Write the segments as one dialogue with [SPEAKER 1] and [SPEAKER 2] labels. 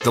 [SPEAKER 1] The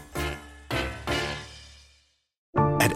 [SPEAKER 2] At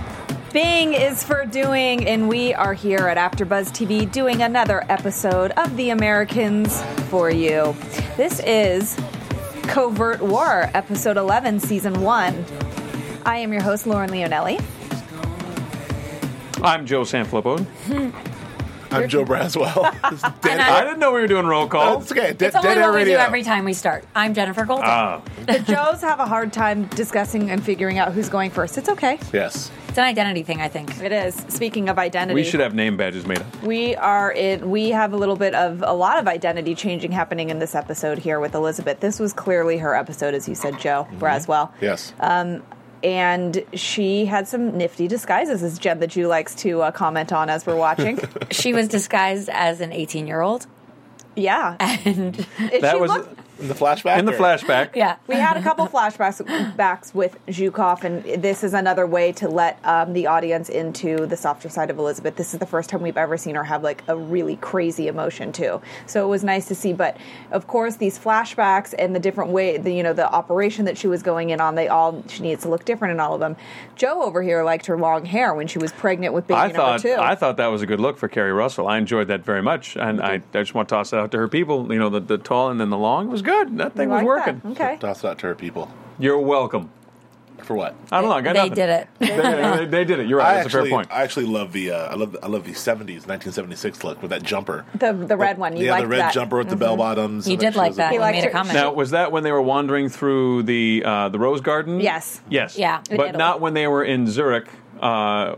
[SPEAKER 3] Bing is for doing, and we are here at AfterBuzz TV doing another episode of The Americans for you. This is Covert War, episode 11, season 1. I am your host, Lauren Leonelli.
[SPEAKER 4] I'm Joe Sanfilippo.
[SPEAKER 5] I'm Joe Braswell. It's dead,
[SPEAKER 6] And I-
[SPEAKER 4] I didn't know we were doing roll
[SPEAKER 5] oh,
[SPEAKER 4] call.
[SPEAKER 5] it's okay. Dead,
[SPEAKER 6] It's only
[SPEAKER 5] dead
[SPEAKER 6] what
[SPEAKER 5] air
[SPEAKER 6] we do
[SPEAKER 5] radio.
[SPEAKER 6] every time we start. I'm Jennifer Golden.
[SPEAKER 4] Ah.
[SPEAKER 3] The Joes have a hard time discussing and figuring out who's going first. It's okay.
[SPEAKER 5] yes.
[SPEAKER 6] It's an identity thing, I think.
[SPEAKER 3] It is. Speaking of identity,
[SPEAKER 4] We should have name badges made up.
[SPEAKER 3] We are in. We have a little bit of a lot of identity changing happening in this episode here with Elizabeth. This was clearly her episode, as you said, Joe
[SPEAKER 4] Mm-hmm.
[SPEAKER 3] Braswell.
[SPEAKER 5] Yes.
[SPEAKER 3] and she had some nifty disguises, as Jen the Jew likes to uh, comment on as we're watching.
[SPEAKER 6] She was disguised as an 18 year old.
[SPEAKER 3] yeah,
[SPEAKER 6] And
[SPEAKER 3] It-
[SPEAKER 4] That
[SPEAKER 3] she
[SPEAKER 4] was
[SPEAKER 3] looked-
[SPEAKER 5] in the flashback.
[SPEAKER 4] in the
[SPEAKER 5] or-
[SPEAKER 4] flashback.
[SPEAKER 6] yeah.
[SPEAKER 3] we had a couple flashbacks backs with Zhukov, and this is another way to let um, the audience into the softer side of Elizabeth. This is the first time we've ever seen her have like a really crazy emotion too, so it was nice to see. But of course, these flashbacks and the different way, the, you know, the operation that she was going in on, they all she needs to look different in all of them. Joe over here liked her long hair when she was pregnant with baby
[SPEAKER 4] I
[SPEAKER 3] number
[SPEAKER 4] thought
[SPEAKER 3] two.
[SPEAKER 4] I thought that was a good look for Carrie Russell. I enjoyed that very much, and I, I just want to toss it out to her people. You know, the, the tall and then the long was good. That thing was
[SPEAKER 3] Like
[SPEAKER 4] working.
[SPEAKER 3] that. Okay.
[SPEAKER 5] Toss it out to her people.
[SPEAKER 4] You're welcome.
[SPEAKER 5] For what?
[SPEAKER 4] I don't know. I got
[SPEAKER 6] They
[SPEAKER 4] nothing.
[SPEAKER 6] did it.
[SPEAKER 4] They, they- they did it. You're right.
[SPEAKER 5] I
[SPEAKER 4] Uh, That's
[SPEAKER 5] actually,
[SPEAKER 4] a fair point.
[SPEAKER 5] I actually love the uh, I love I love the '70s, 1976 look with that jumper.
[SPEAKER 3] The the red one. You
[SPEAKER 5] yeah,
[SPEAKER 3] liked
[SPEAKER 5] the red
[SPEAKER 3] that.
[SPEAKER 5] jumper with the bell bottoms.
[SPEAKER 6] Mm-hmm. You
[SPEAKER 5] and
[SPEAKER 6] did
[SPEAKER 5] she
[SPEAKER 6] like
[SPEAKER 5] was a-
[SPEAKER 6] that.
[SPEAKER 3] He
[SPEAKER 6] You
[SPEAKER 3] liked
[SPEAKER 6] made a
[SPEAKER 3] her-
[SPEAKER 6] comment.
[SPEAKER 4] now, was that when they were wandering through the uh, the rose garden?
[SPEAKER 3] Yes.
[SPEAKER 4] Yes.
[SPEAKER 6] Yeah. In
[SPEAKER 4] But
[SPEAKER 3] Italy.
[SPEAKER 4] not when they were in Zurich. Uh,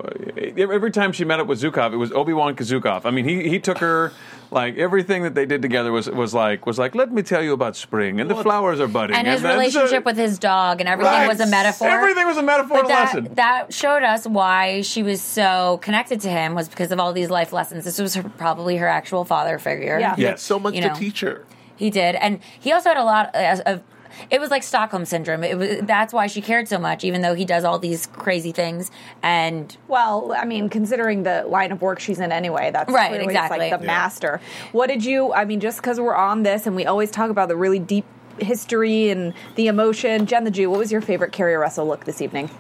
[SPEAKER 4] every time she met up with Zukov, it was Obi Wan Kazukov. I mean, he, he took her like everything that they did together was was like was like. Let me tell you about spring and the flowers are budding
[SPEAKER 6] and his
[SPEAKER 4] that's
[SPEAKER 6] relationship
[SPEAKER 4] a-
[SPEAKER 6] with his dog and everything
[SPEAKER 4] Right.
[SPEAKER 6] was a metaphor.
[SPEAKER 4] Everything was a metaphor and
[SPEAKER 6] But
[SPEAKER 4] a
[SPEAKER 6] that,
[SPEAKER 4] lesson.
[SPEAKER 6] that showed us why she was so connected to him was because of all these life lessons. This was her, probably her actual father figure.
[SPEAKER 3] Yeah.
[SPEAKER 5] He
[SPEAKER 4] Yeah.
[SPEAKER 5] had so much
[SPEAKER 6] You
[SPEAKER 5] to
[SPEAKER 6] know.
[SPEAKER 5] teach her.
[SPEAKER 6] He did, and he also had a lot of. of it was like Stockholm syndrome. It was that's why she cared so much, even though he does all these crazy things. And
[SPEAKER 3] Well, I mean, considering the line of work she's in anyway, that's
[SPEAKER 6] Right,
[SPEAKER 3] clearly
[SPEAKER 6] exactly.
[SPEAKER 3] it's like the
[SPEAKER 6] Yeah.
[SPEAKER 3] master. What did you, I mean, just because we're on this and we always talk about the really deep history and the emotion, Jen the Jew, what was your favorite Carrie Russell look this evening?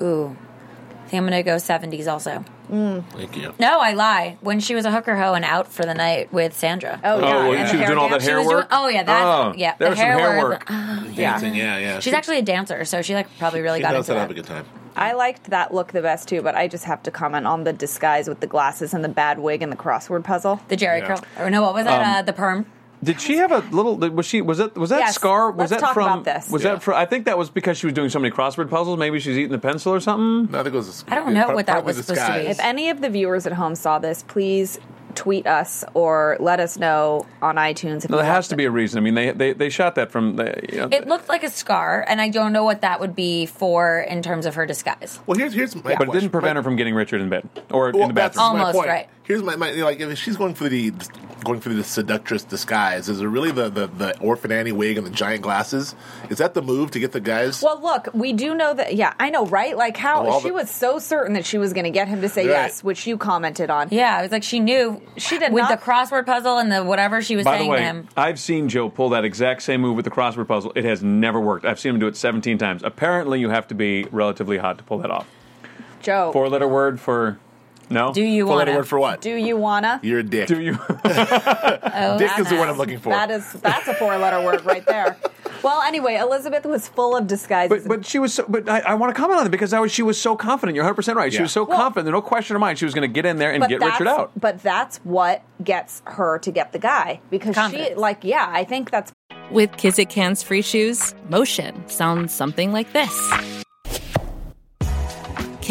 [SPEAKER 6] ooh, I think I'm gonna go seventies also.
[SPEAKER 5] Thank you.
[SPEAKER 6] No, I lie. When she was a hooker hoe and out for the night with Sandra.
[SPEAKER 3] Oh,
[SPEAKER 4] Oh,
[SPEAKER 3] yeah.
[SPEAKER 4] well,
[SPEAKER 3] and
[SPEAKER 4] she
[SPEAKER 3] the
[SPEAKER 4] was doing all
[SPEAKER 3] hair
[SPEAKER 4] that
[SPEAKER 6] She
[SPEAKER 4] hair
[SPEAKER 6] was
[SPEAKER 4] work.
[SPEAKER 6] doing- oh, yeah, that's-
[SPEAKER 4] Oh,
[SPEAKER 6] yeah,
[SPEAKER 4] There
[SPEAKER 6] the
[SPEAKER 4] was some
[SPEAKER 6] hair
[SPEAKER 4] hair
[SPEAKER 6] work.
[SPEAKER 4] work.
[SPEAKER 5] Dancing, yeah, yeah.
[SPEAKER 6] She's
[SPEAKER 5] She-
[SPEAKER 6] actually a dancer, so she like probably really
[SPEAKER 5] she
[SPEAKER 6] got
[SPEAKER 5] knows
[SPEAKER 6] into
[SPEAKER 5] how to have a
[SPEAKER 6] that.
[SPEAKER 5] good time.
[SPEAKER 3] I liked that look the best too, but I just have to comment on the disguise with the glasses and the bad wig and the crossword puzzle.
[SPEAKER 6] The Jerry
[SPEAKER 5] Yeah. Um,
[SPEAKER 6] curl, or no, what was that? uh, the perm.
[SPEAKER 4] Did she have a little? Was she? Was that? Was that
[SPEAKER 3] Yes.
[SPEAKER 4] scar?
[SPEAKER 3] Let's
[SPEAKER 4] Was that
[SPEAKER 3] talk
[SPEAKER 4] from?
[SPEAKER 3] about this.
[SPEAKER 4] Was
[SPEAKER 5] Yeah.
[SPEAKER 4] that from? I think that was because she was doing so many crossword puzzles. Maybe she's eating the pencil or something.
[SPEAKER 5] Mm-hmm. No, I think it was.
[SPEAKER 6] I don't know what that
[SPEAKER 5] probably
[SPEAKER 6] was supposed to be.
[SPEAKER 5] disguise.
[SPEAKER 3] If any of the viewers at home saw this, please tweet us or let us know on iTunes. If
[SPEAKER 4] No,
[SPEAKER 3] you
[SPEAKER 4] there has
[SPEAKER 3] watched
[SPEAKER 4] to
[SPEAKER 3] it.
[SPEAKER 4] be a reason. I mean, they they, they shot that from the. You know,
[SPEAKER 6] It looked like a scar, and I don't know what that would be for in terms of her disguise.
[SPEAKER 5] Well, here's here's my
[SPEAKER 4] but it didn't prevent her from getting Richard in bed or in the bathroom.
[SPEAKER 6] Almost
[SPEAKER 5] my point.
[SPEAKER 6] right.
[SPEAKER 5] Here's my, my like if she's going for the going for the seductress disguise. Is it really the, the the orphan Annie wig and the giant glasses? Is that the move to get the guys?
[SPEAKER 3] Well, look, we do know that. Yeah, I know, right? Like how
[SPEAKER 5] Well, all
[SPEAKER 3] she
[SPEAKER 5] the-
[SPEAKER 3] was so certain that she was going to get him to say
[SPEAKER 5] Right.
[SPEAKER 3] yes, which you commented on.
[SPEAKER 6] Yeah, it was like she knew
[SPEAKER 3] She did
[SPEAKER 6] with
[SPEAKER 3] not-
[SPEAKER 6] the crossword puzzle and the whatever she was
[SPEAKER 4] By the
[SPEAKER 6] saying
[SPEAKER 4] way,
[SPEAKER 6] to him.
[SPEAKER 4] I've seen Joe pull that exact same move with the crossword puzzle. It has never worked. I've seen him do it 17 times. Apparently, you have to be relatively hot to pull that off.
[SPEAKER 3] Joe,
[SPEAKER 4] Four letter word for no.
[SPEAKER 6] Do you
[SPEAKER 5] Full
[SPEAKER 6] want
[SPEAKER 5] letter word
[SPEAKER 6] to?
[SPEAKER 5] for what?
[SPEAKER 3] do you wanna?
[SPEAKER 5] You're a dick.
[SPEAKER 4] Do you?
[SPEAKER 5] dick is the word I'm looking for.
[SPEAKER 3] That is that's a four letter word right there. Well, anyway, Elizabeth was full of disguises.
[SPEAKER 4] But, but she was so, but I, I want to comment on that because I was, she was so confident. You're 100 percent right. She
[SPEAKER 5] Yeah.
[SPEAKER 4] was so
[SPEAKER 3] Well-
[SPEAKER 4] confident. There's no question in her mind. She was going to get in there and
[SPEAKER 3] But
[SPEAKER 4] get
[SPEAKER 3] that's-
[SPEAKER 4] Richard out.
[SPEAKER 3] But that's what gets her to get the guy because she
[SPEAKER 6] Confidence.
[SPEAKER 3] like yeah, I think that's
[SPEAKER 7] With Kizik Hands Free Shoes, motion sounds something like this.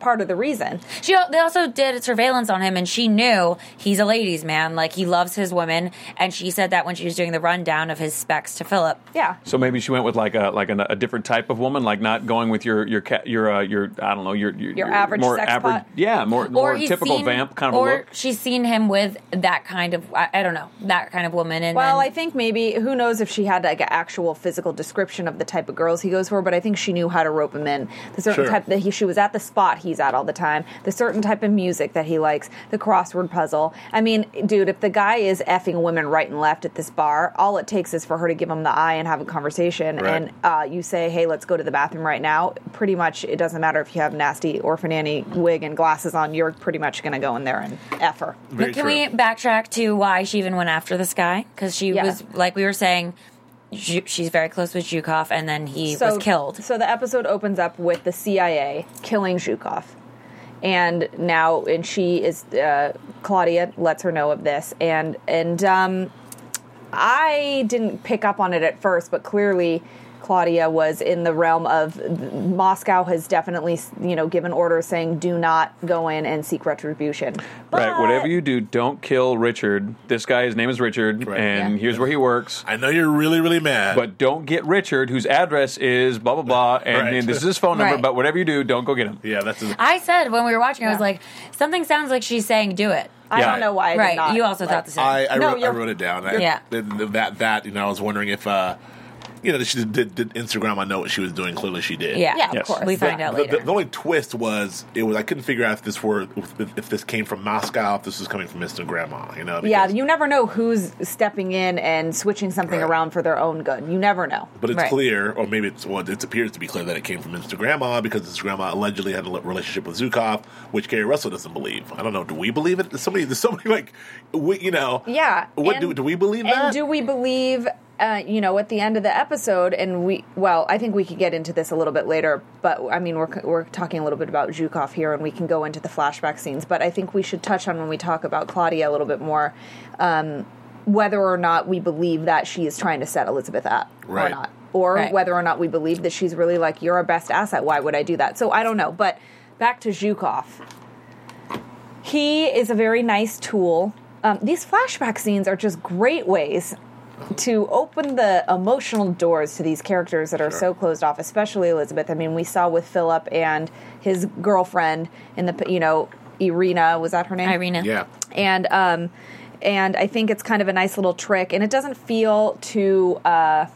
[SPEAKER 3] part of the reason.
[SPEAKER 6] She they also did surveillance on him, and she knew he's a ladies' man. Like he loves his women, and she said that when she was doing the rundown of his specs to Philip.
[SPEAKER 3] Yeah.
[SPEAKER 4] So maybe she went with like a like an, a different type of woman, like not going with your your cat your uh, your I don't know your your,
[SPEAKER 3] average
[SPEAKER 4] more
[SPEAKER 3] sex
[SPEAKER 4] average
[SPEAKER 3] pot.
[SPEAKER 4] yeah more more
[SPEAKER 6] he's
[SPEAKER 4] typical
[SPEAKER 6] seen-
[SPEAKER 4] vamp kind of
[SPEAKER 6] or
[SPEAKER 4] a look.
[SPEAKER 6] she's seen him with that kind of I, I don't know that kind of woman. And
[SPEAKER 3] Well,
[SPEAKER 6] then-
[SPEAKER 3] I think maybe who knows if she had like an actual physical description of the type of girls he goes for, but I think she knew how to rope him in. The certain
[SPEAKER 5] Sure.
[SPEAKER 3] type that he she was at the spot he's at all the time, the certain type of music that he likes, the crossword puzzle. I mean, dude, if the guy is effing women right and left at this bar, all it takes is for her to give him the eye and have a conversation,
[SPEAKER 5] Right.
[SPEAKER 3] and uh, you say, "Hey, let's go to the bathroom right now." Pretty much, it doesn't matter if you have nasty orphan Annie wig and glasses on. You're pretty much going to go in there and eff her.
[SPEAKER 5] Very
[SPEAKER 6] But can
[SPEAKER 5] true.
[SPEAKER 6] we backtrack to why she even went after this guy? Because she
[SPEAKER 3] Yeah.
[SPEAKER 6] was, like we were saying, she, she's very close with Zhukov, and then he was killed.
[SPEAKER 3] So the episode opens up with the CIA killing Zhukov. And now, and she is uh, Claudia lets her know of this, and and um, I didn't pick up on it at first, but clearly Claudia was in the realm of Moscow has definitely you know given orders saying do not go in and seek retribution.
[SPEAKER 4] Right,
[SPEAKER 3] But-
[SPEAKER 4] whatever you do, don't kill Richard. This guy, his name is Richard,
[SPEAKER 5] Right.
[SPEAKER 4] and
[SPEAKER 3] Yeah.
[SPEAKER 4] here's where he works.
[SPEAKER 5] I know you're really really mad,
[SPEAKER 4] But don't get Richard, whose address is blah blah blah, and
[SPEAKER 5] Right.
[SPEAKER 4] this is his phone number.
[SPEAKER 6] Right.
[SPEAKER 4] But whatever you do, don't go get him.
[SPEAKER 5] yeah, that's a,
[SPEAKER 6] I said when we were watching, I was
[SPEAKER 3] Yeah.
[SPEAKER 6] like, something sounds like she's saying, do it.
[SPEAKER 3] I
[SPEAKER 4] Yeah.
[SPEAKER 3] don't know why. I did
[SPEAKER 6] right.
[SPEAKER 3] not,
[SPEAKER 6] you also
[SPEAKER 3] like-
[SPEAKER 6] thought the same.
[SPEAKER 5] I I,
[SPEAKER 3] No,
[SPEAKER 5] wrote, I
[SPEAKER 3] you're-
[SPEAKER 5] wrote it down. I,
[SPEAKER 6] Yeah.
[SPEAKER 5] That that- that you know I was wondering if uh you know she did, did Instagram. I know what she was doing. Clearly she did.
[SPEAKER 6] yeah.
[SPEAKER 3] Yeah, of
[SPEAKER 4] Yes.
[SPEAKER 3] course.
[SPEAKER 6] We find out
[SPEAKER 5] The,
[SPEAKER 6] later.
[SPEAKER 5] the, the only twist was it was I couldn't figure out if this were if, if this came from Moscow, if this was coming from Mr. Grandma, you know.
[SPEAKER 3] Yeah,
[SPEAKER 5] because-
[SPEAKER 3] you never know who's stepping in and switching something
[SPEAKER 5] Right.
[SPEAKER 3] around for their own good. You never know.
[SPEAKER 5] But it's
[SPEAKER 6] Right.
[SPEAKER 5] clear, or maybe it's well, it appears to be clear that it came from Mr. Grandma because Mr. Grandma allegedly had a li- relationship with Zukov, which Gary Russell doesn't believe. I don't know. Do we believe it? There's somebody, there's somebody like, we, you know,
[SPEAKER 3] Yeah.
[SPEAKER 5] What
[SPEAKER 3] and-
[SPEAKER 5] do do we believe
[SPEAKER 3] and
[SPEAKER 5] that?
[SPEAKER 3] do we believe, uh, you know, at the end of the episode, and we, well, I think we could get into this a little bit later, but I mean, we're, we're talking a little bit about Zhukov here and we can go into the flashback scenes, but I think we should touch on when we talk about Claudia a little bit more um, whether or not we believe that she is trying to set Elizabeth up or
[SPEAKER 5] Right.
[SPEAKER 3] not. Or
[SPEAKER 6] Right.
[SPEAKER 3] whether or not we believe that she's really like, you're our best asset. Why would I do that? So I don't know. But back to Zhukov. He is a very nice tool. Um, these flashback scenes are just great ways to open the emotional doors to these characters that are so closed off, especially Elizabeth. I mean, we saw with Philip and his girlfriend in the, you know, Irina, was that her name?
[SPEAKER 6] Irina.
[SPEAKER 5] yeah.
[SPEAKER 3] and um, and I think it's kind of a nice little trick, and it doesn't feel too uh,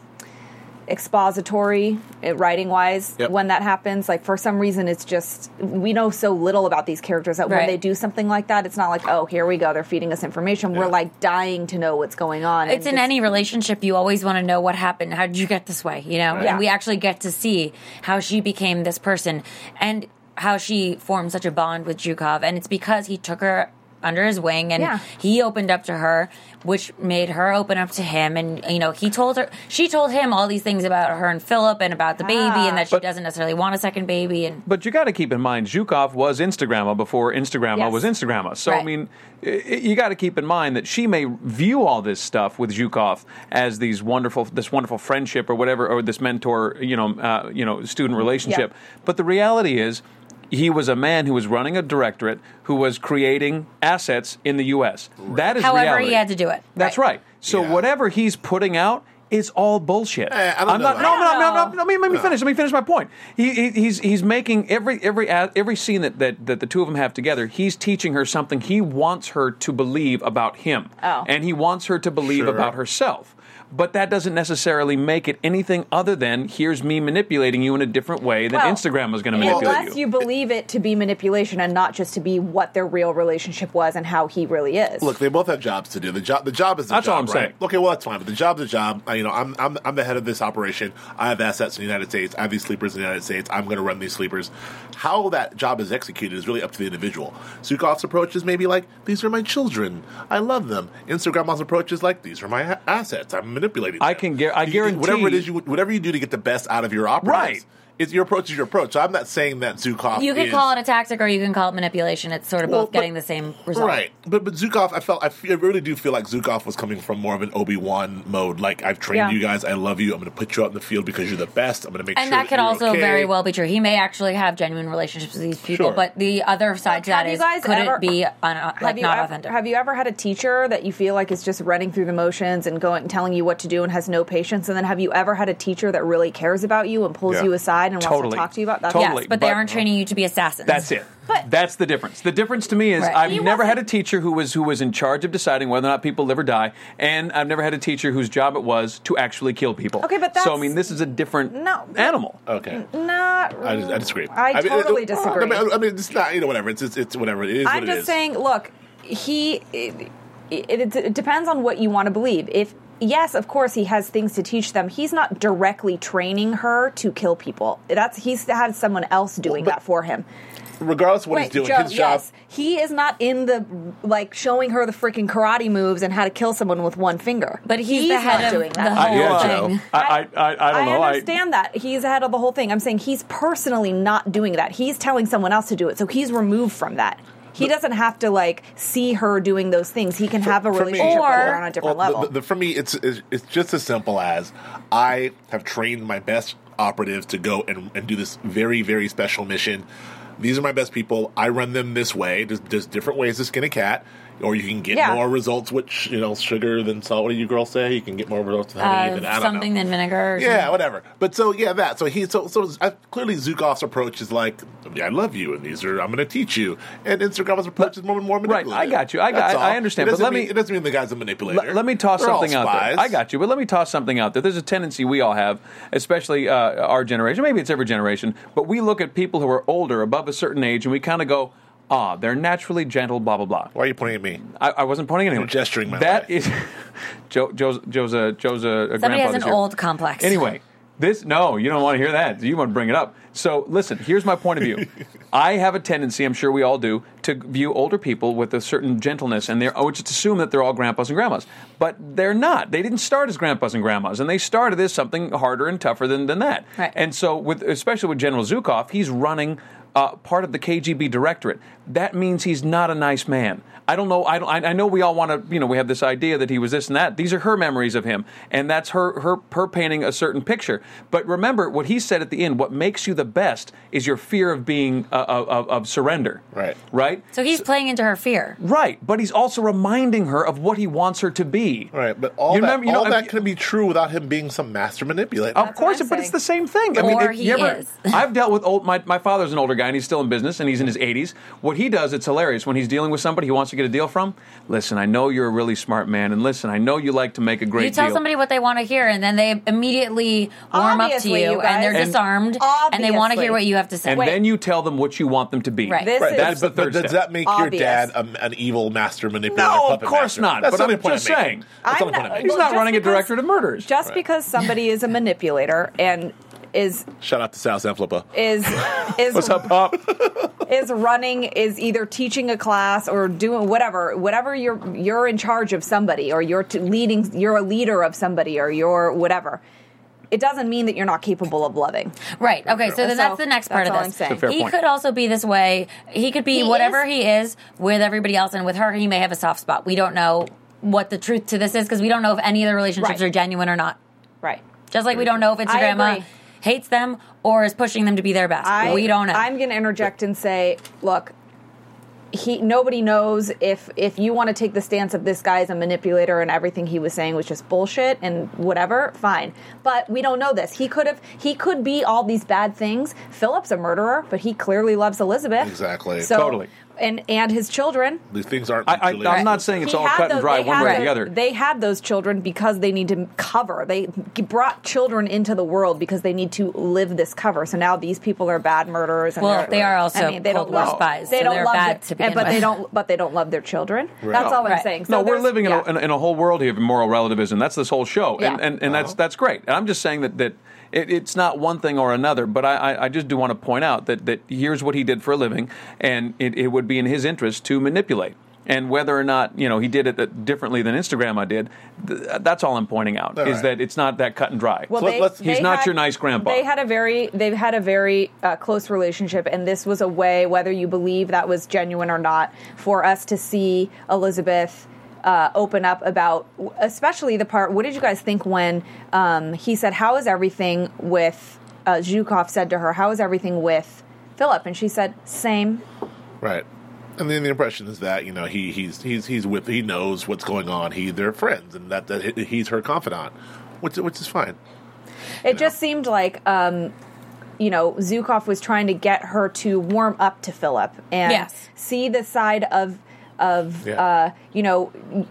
[SPEAKER 3] expository writing wise
[SPEAKER 5] Yep.
[SPEAKER 3] when that happens. Like for some reason, it's just we know so little about these characters that when
[SPEAKER 6] Right.
[SPEAKER 3] they do something like that, it's not like oh here we go, they're feeding us information. We're
[SPEAKER 5] Yeah.
[SPEAKER 3] like dying to know what's going on.
[SPEAKER 6] It's
[SPEAKER 3] and
[SPEAKER 6] in any relationship, you always want to know what happened. How did you get this way? You know,
[SPEAKER 3] Yeah.
[SPEAKER 6] and we actually get to see how she became this person and how she formed such a bond with Zhukov. And it's because he took her under his wing, and
[SPEAKER 3] Yeah.
[SPEAKER 6] he opened up to her, which made her open up to him. And you know, he told her, she told him all these things about her and Philip, and about the baby, and that she
[SPEAKER 4] But-
[SPEAKER 6] doesn't necessarily want a second baby, and
[SPEAKER 4] But you got to keep in mind, Zhukov was Instagramma before Instagramma
[SPEAKER 3] Yes.
[SPEAKER 4] was Instagramma. So I
[SPEAKER 6] Right.
[SPEAKER 4] mean, i- i- you got to keep in mind that she may view all this stuff with Zhukov as these wonderful, this wonderful friendship or whatever, or this mentor, you know, uh, you know, student relationship. But the reality is. He was a man who was running a directorate who was creating assets in the U.S. That is
[SPEAKER 6] however
[SPEAKER 4] reality.
[SPEAKER 6] he had to do it.
[SPEAKER 4] That's right. So
[SPEAKER 5] Yeah.
[SPEAKER 4] whatever he's putting out is all bullshit.
[SPEAKER 5] Eh, I don't
[SPEAKER 4] am
[SPEAKER 5] know
[SPEAKER 4] not.
[SPEAKER 5] that.
[SPEAKER 4] No,
[SPEAKER 5] I
[SPEAKER 4] no,
[SPEAKER 6] don't
[SPEAKER 4] no, no,
[SPEAKER 6] know.
[SPEAKER 4] no, Let me, let me finish. Let me finish my point. He, he, he's he's making every every ad- every scene that, that that the two of them have together. He's teaching her something he wants her to believe about him,
[SPEAKER 3] Oh.
[SPEAKER 4] and he wants her to believe
[SPEAKER 5] Sure.
[SPEAKER 4] about herself. But that doesn't necessarily make it anything other than here's me manipulating you in a different way than
[SPEAKER 3] Well,
[SPEAKER 4] Instagram was going to manipulate
[SPEAKER 3] Unless you believe it to be manipulation and not just to be what their real relationship was and how he really is.
[SPEAKER 5] Look, they both have jobs to do. The job, the job is the
[SPEAKER 4] That's all
[SPEAKER 5] job.
[SPEAKER 4] I'm
[SPEAKER 5] right?
[SPEAKER 4] saying.
[SPEAKER 5] Okay, well that's fine. But the job's a job. I, you know, I'm, I'm I'm the head of this operation. I have assets in the United States. I have these sleepers in the United States. I'm going to run these sleepers. How that job is executed is really up to the individual. Zukov's approach is maybe like these are my children. I love them. Instagram's approach is like these are my a- assets. I'm manipulating.
[SPEAKER 4] I
[SPEAKER 5] them.
[SPEAKER 4] can guar- I
[SPEAKER 5] You- you- whatever it
[SPEAKER 4] guarantee-
[SPEAKER 5] is you whatever you do to get the best out of your operatives.
[SPEAKER 4] Right.
[SPEAKER 5] It's your approach is your approach. So I'm not saying that Zukov.
[SPEAKER 6] You can
[SPEAKER 5] is,
[SPEAKER 6] call it a tactic, or you can call it manipulation. It's sort of
[SPEAKER 5] Well,
[SPEAKER 6] both getting
[SPEAKER 5] but-
[SPEAKER 6] the same result.
[SPEAKER 5] Right, but but Zukov, I felt I, feel, I really do feel like Zukov was coming from more of an Obi Wan mode. Like I've trained
[SPEAKER 3] Yeah.
[SPEAKER 5] you guys, I love you. I'm going to put you out in the field because you're the best. I'm going to make
[SPEAKER 6] And
[SPEAKER 5] sure
[SPEAKER 6] that could
[SPEAKER 5] you're
[SPEAKER 6] also
[SPEAKER 5] okay.
[SPEAKER 6] very well be true. He may actually have genuine relationships with these people,
[SPEAKER 5] Sure.
[SPEAKER 6] but the other side to
[SPEAKER 3] Have
[SPEAKER 6] that
[SPEAKER 3] you
[SPEAKER 6] is
[SPEAKER 3] guys
[SPEAKER 6] could
[SPEAKER 3] ever-
[SPEAKER 6] it be un- uh,
[SPEAKER 3] Have
[SPEAKER 6] like
[SPEAKER 3] you
[SPEAKER 6] not
[SPEAKER 3] ev-
[SPEAKER 6] authentic?
[SPEAKER 3] Have you ever had a teacher that you feel like is just running through the motions and going telling you what to do and has no patience? And then have you ever had a teacher that really cares about you and pulls
[SPEAKER 4] Yeah.
[SPEAKER 3] you aside and wants
[SPEAKER 4] Totally.
[SPEAKER 3] to talk to you about that?
[SPEAKER 4] Totally.
[SPEAKER 6] yes, but they
[SPEAKER 4] but-
[SPEAKER 6] aren't training you to be assassins.
[SPEAKER 4] That's it. That's the difference. The difference to me is
[SPEAKER 6] Right.
[SPEAKER 4] I've
[SPEAKER 6] He
[SPEAKER 4] never had
[SPEAKER 6] wasn't-
[SPEAKER 4] a teacher who was who was in charge of deciding whether or not people live or die, and I've never had a teacher whose job it was to actually kill people.
[SPEAKER 3] Okay, but
[SPEAKER 4] so I
[SPEAKER 3] that's-
[SPEAKER 4] mean, this is a different
[SPEAKER 3] No. Oh,
[SPEAKER 4] animal.
[SPEAKER 5] Okay,
[SPEAKER 3] Not.
[SPEAKER 5] I, dis- I disagree.
[SPEAKER 3] I,
[SPEAKER 5] mean,
[SPEAKER 3] totally
[SPEAKER 5] it-
[SPEAKER 3] disagree.
[SPEAKER 5] I mean, I- I mean, it's not you know whatever. It's it's, it's whatever. It is.
[SPEAKER 3] I'm
[SPEAKER 5] what it
[SPEAKER 3] just
[SPEAKER 5] is.
[SPEAKER 3] saying, look, he. It, it, it depends on what you want to believe. If yes, of course, he has things to teach them. He's not directly training her to kill people. That's he's had someone else doing that for him.
[SPEAKER 5] Regardless of what he's
[SPEAKER 3] Wait,
[SPEAKER 5] doing,
[SPEAKER 3] Joe,
[SPEAKER 5] his job.
[SPEAKER 3] yes, he is not in the like showing her the freaking karate moves and how to kill someone with one finger.
[SPEAKER 6] But he's, the
[SPEAKER 3] not
[SPEAKER 6] head of
[SPEAKER 3] doing
[SPEAKER 6] the
[SPEAKER 3] that.
[SPEAKER 6] whole
[SPEAKER 4] yeah,
[SPEAKER 6] thing.
[SPEAKER 4] Joe. I, I, I, I don't know.
[SPEAKER 3] understand that he's ahead of the whole thing. I'm saying he's personally not doing that. He's telling someone else to do it, so he's removed from that. He doesn't have to like see her doing those things. He can have a
[SPEAKER 5] for me-
[SPEAKER 3] relationship with her on a different
[SPEAKER 5] Well, the-
[SPEAKER 3] level.
[SPEAKER 5] the- the- for me, it's, it's it's just as simple as I have trained my best operatives to go and, and do this very very special mission. These are my best people. I run them this way. There's, there's different ways to skin a cat, or you can get
[SPEAKER 3] Yeah.
[SPEAKER 5] more results with sh- you know sugar than salt. What do you girls say? You can get more results with honey than I
[SPEAKER 6] Uh,
[SPEAKER 5] don't
[SPEAKER 6] something
[SPEAKER 5] know.
[SPEAKER 6] than vinegar. or
[SPEAKER 5] Yeah,
[SPEAKER 4] Mm-hmm.
[SPEAKER 6] something.
[SPEAKER 5] whatever. But so yeah, that. So he so so I, clearly Zukov's approach is like, I love you, and these are I'm going to teach you. And Instagram's approach is more more
[SPEAKER 4] Right,
[SPEAKER 5] manipulative.
[SPEAKER 4] I got you. I got-
[SPEAKER 5] That's
[SPEAKER 4] I- I
[SPEAKER 5] all.
[SPEAKER 4] understand,
[SPEAKER 5] It
[SPEAKER 4] but
[SPEAKER 5] doesn't
[SPEAKER 4] let
[SPEAKER 5] mean-
[SPEAKER 4] me-
[SPEAKER 5] It doesn't mean the guy's a manipulator.
[SPEAKER 4] Let- Let me toss
[SPEAKER 5] They're all
[SPEAKER 4] something out
[SPEAKER 5] spies.
[SPEAKER 4] there. I got you, but let me toss something out there. There's a tendency we all have, especially uh, our generation. Maybe it's every generation, but we look at people who are older, above a certain age, and we kind of go, "Ah, they're naturally gentle." Blah blah blah.
[SPEAKER 5] Why are you pointing at me?
[SPEAKER 4] I, I wasn't pointing at anyone.
[SPEAKER 5] gesturing my
[SPEAKER 4] That
[SPEAKER 5] life.
[SPEAKER 4] is, Joe, Joe's, Joe's a Joe's a, a
[SPEAKER 6] Somebody
[SPEAKER 4] grandpa
[SPEAKER 6] has an
[SPEAKER 4] this year.
[SPEAKER 6] old complex.
[SPEAKER 4] Anyway, this no, you don't want to hear that. You want to bring it up. So listen, here's my point of view. I have a tendency, I'm sure we all do, to view older people with a certain gentleness, and they're I would just assume that they're all grandpas and grandmas, but they're not. They didn't start as grandpas and grandmas, and they started as something harder and tougher than than that.
[SPEAKER 6] Right.
[SPEAKER 4] And so, with especially with General Zukov, he's running. Uh, part of the KGB directorate. That means he's not a nice man. I don't know. I, don't, I, I know we all want to. You know, we have this idea that he was this and that. These are her memories of him, and that's her her her painting a certain picture. But remember what he said at the end. What makes you the best is your fear of being uh, of, of, of surrender.
[SPEAKER 5] Right.
[SPEAKER 4] Right.
[SPEAKER 6] so he's playing into her fear.
[SPEAKER 4] Right. But he's also reminding her of what he wants her to be.
[SPEAKER 5] All right, but all
[SPEAKER 4] You
[SPEAKER 5] that,
[SPEAKER 4] remember- you know,
[SPEAKER 5] all
[SPEAKER 4] I-
[SPEAKER 5] that can be true without him being some master manipulator.
[SPEAKER 4] Of course,
[SPEAKER 3] what I'm
[SPEAKER 4] but it's
[SPEAKER 3] saying.
[SPEAKER 4] the same thing. I mean,
[SPEAKER 6] Or
[SPEAKER 4] if
[SPEAKER 6] he
[SPEAKER 4] you ever-
[SPEAKER 6] is.
[SPEAKER 4] I've dealt with old. My, my father's an older guy, and he's still in business, and he's in his 80s. What he does, it's hilarious. When he's dealing with somebody he wants to get a deal from, listen, I know you're a really smart man, and listen, I know you like to make a great
[SPEAKER 6] You tell
[SPEAKER 4] deal.
[SPEAKER 6] somebody what they want to hear, and then they immediately warm up to
[SPEAKER 3] Obviously,
[SPEAKER 6] you,
[SPEAKER 3] you guys.
[SPEAKER 6] and they're
[SPEAKER 3] And-
[SPEAKER 6] disarmed, and they want to
[SPEAKER 3] Obviously.
[SPEAKER 6] hear what you have to say.
[SPEAKER 4] and then you tell them what you want them to be.
[SPEAKER 6] Right.
[SPEAKER 3] This
[SPEAKER 5] Right,
[SPEAKER 3] is-
[SPEAKER 4] That's the
[SPEAKER 5] but,
[SPEAKER 4] third
[SPEAKER 5] does
[SPEAKER 4] step.
[SPEAKER 5] that make
[SPEAKER 3] Obvious.
[SPEAKER 5] your dad a, an evil master manipulator?
[SPEAKER 4] No, of
[SPEAKER 5] puppet
[SPEAKER 4] course
[SPEAKER 5] master?
[SPEAKER 4] not,
[SPEAKER 5] That's
[SPEAKER 4] but
[SPEAKER 5] the only
[SPEAKER 4] I'm
[SPEAKER 5] point
[SPEAKER 4] just
[SPEAKER 5] making.
[SPEAKER 4] saying.
[SPEAKER 5] That's the
[SPEAKER 3] I'm
[SPEAKER 5] only point
[SPEAKER 3] not-
[SPEAKER 5] I'm
[SPEAKER 4] He's
[SPEAKER 5] making.
[SPEAKER 3] well,
[SPEAKER 4] not
[SPEAKER 3] just
[SPEAKER 4] running a
[SPEAKER 3] because-
[SPEAKER 4] directorate of murders.
[SPEAKER 3] Just because somebody is a manipulator and is
[SPEAKER 5] Shout out to Sal Sanfilippo.
[SPEAKER 3] is is
[SPEAKER 4] What's up, Pop?
[SPEAKER 3] is running is either teaching a class or doing whatever whatever you're you're in charge of somebody or you're t- leading you're a leader of somebody or you're whatever it doesn't mean that you're not capable of loving
[SPEAKER 6] Right. Okay. So then
[SPEAKER 3] So
[SPEAKER 6] that's the next part
[SPEAKER 3] that's
[SPEAKER 6] of
[SPEAKER 3] all
[SPEAKER 6] this.
[SPEAKER 3] I'm saying. It's a
[SPEAKER 4] fair
[SPEAKER 6] he
[SPEAKER 4] point.
[SPEAKER 6] could also be this way. He could be
[SPEAKER 3] He
[SPEAKER 6] whatever
[SPEAKER 3] is.
[SPEAKER 6] he is with everybody else, and with her, he may have a soft spot. We don't know what the truth to this is because we don't know if any of the relationships
[SPEAKER 3] Right.
[SPEAKER 6] are genuine or not.
[SPEAKER 3] right
[SPEAKER 6] Just like we don't know if it's
[SPEAKER 3] I
[SPEAKER 6] your grandma
[SPEAKER 3] agree.
[SPEAKER 6] hates them or is pushing them to be their best.
[SPEAKER 3] I,
[SPEAKER 6] we don't know.
[SPEAKER 3] i'm going to interject and say look he nobody knows if if you want to take the stance of this guy is a manipulator and everything he was saying was just bullshit and whatever fine but we don't know this he could have he could be all these bad things philip's a murderer but he clearly loves elizabeth
[SPEAKER 5] Exactly.
[SPEAKER 3] so,
[SPEAKER 4] Totally.
[SPEAKER 3] and and his children
[SPEAKER 5] These things aren't.
[SPEAKER 4] I, I,
[SPEAKER 5] mutually
[SPEAKER 4] I'm not
[SPEAKER 5] exclusive.
[SPEAKER 4] saying it's
[SPEAKER 3] He
[SPEAKER 4] all
[SPEAKER 3] had
[SPEAKER 4] cut and
[SPEAKER 3] those-
[SPEAKER 4] dry
[SPEAKER 3] they
[SPEAKER 4] one
[SPEAKER 3] had
[SPEAKER 4] way or
[SPEAKER 3] those-
[SPEAKER 4] the other.
[SPEAKER 3] They had those children because they need to cover. They brought children into the world because they need to live this cover. So now these people are bad murderers. And
[SPEAKER 6] Well,
[SPEAKER 3] they're-
[SPEAKER 6] they are also Cold War spies, so
[SPEAKER 3] their,
[SPEAKER 6] they're bad
[SPEAKER 3] eh,
[SPEAKER 6] to begin
[SPEAKER 3] but they
[SPEAKER 6] with.
[SPEAKER 3] don't. But they don't love their children. That's all I'm
[SPEAKER 6] Right.
[SPEAKER 3] saying. So
[SPEAKER 4] no, we're
[SPEAKER 3] there's-
[SPEAKER 4] living in,
[SPEAKER 3] yeah.
[SPEAKER 4] a, in, a- in a whole world here of moral relativism. That's this whole show, and
[SPEAKER 3] Yeah.
[SPEAKER 4] and, and that's that's great. And I'm just saying that that it, it's not one thing or another. But I, I, I just do want to point out that that here's what he did for a living, and it, it would be in his interest to manipulate. And whether or not you know he did it uh, differently than Instagram, I did. Th- that's all I'm pointing out is
[SPEAKER 5] right.
[SPEAKER 4] that it's not that cut and dry.
[SPEAKER 3] Well,
[SPEAKER 5] Let-
[SPEAKER 3] they-
[SPEAKER 5] let's-
[SPEAKER 4] He's
[SPEAKER 3] they
[SPEAKER 4] not
[SPEAKER 3] had-
[SPEAKER 4] your nice grandpa.
[SPEAKER 3] They had a very, they've had a very uh, close relationship, and this was a way, whether you believe that was genuine or not, for us to see Elizabeth. Uh, open up about, especially the part. What did you guys think when um, he said, "How is everything with?" Uh, Zhukov said to her, "How is everything with Philip?" And she said, "Same."
[SPEAKER 5] Right. And then the impression is that you know he he's he's he's with he knows what's going on. He they're friends, and that, that he- he's her confidant, which which is fine.
[SPEAKER 3] It just seemed like, um, you know, Zukov was trying to get her to warm up to Philip and
[SPEAKER 6] Yes.
[SPEAKER 3] see the side of of
[SPEAKER 5] Yeah.
[SPEAKER 3] uh, you know. y-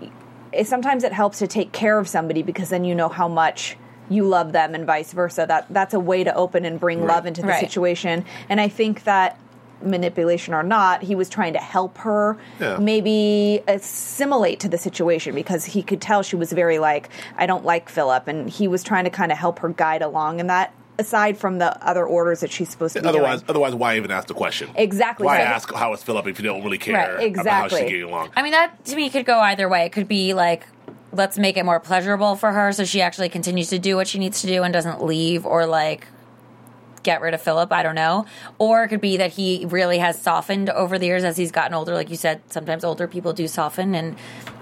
[SPEAKER 3] It, sometimes it helps to take care of somebody because then you know how much you love them and vice versa. That that's a way to open and bring love into the
[SPEAKER 6] Right.
[SPEAKER 3] situation. And I think that manipulation or not, he was trying to help her
[SPEAKER 5] Yeah.
[SPEAKER 3] maybe assimilate to the situation because he could tell she was very like, I don't like Philip, and he was trying to kind of help her guide along. And that, aside from the other orders that she's supposed to be
[SPEAKER 5] Otherwise,
[SPEAKER 3] doing.
[SPEAKER 5] otherwise, why even ask the question?
[SPEAKER 3] Exactly.
[SPEAKER 5] Why
[SPEAKER 3] So-
[SPEAKER 5] ask how is Philip if you don't really care
[SPEAKER 6] Right,
[SPEAKER 5] about how
[SPEAKER 3] exactly.
[SPEAKER 5] she's getting along?
[SPEAKER 6] I mean, that to me could go either way. It could be like, let's make it more pleasurable for her so she actually continues to do what she needs to do and doesn't leave or like get rid of Philip. I don't know. Or it could be that he really has softened over the years as he's gotten older. Like you said, sometimes older people do soften and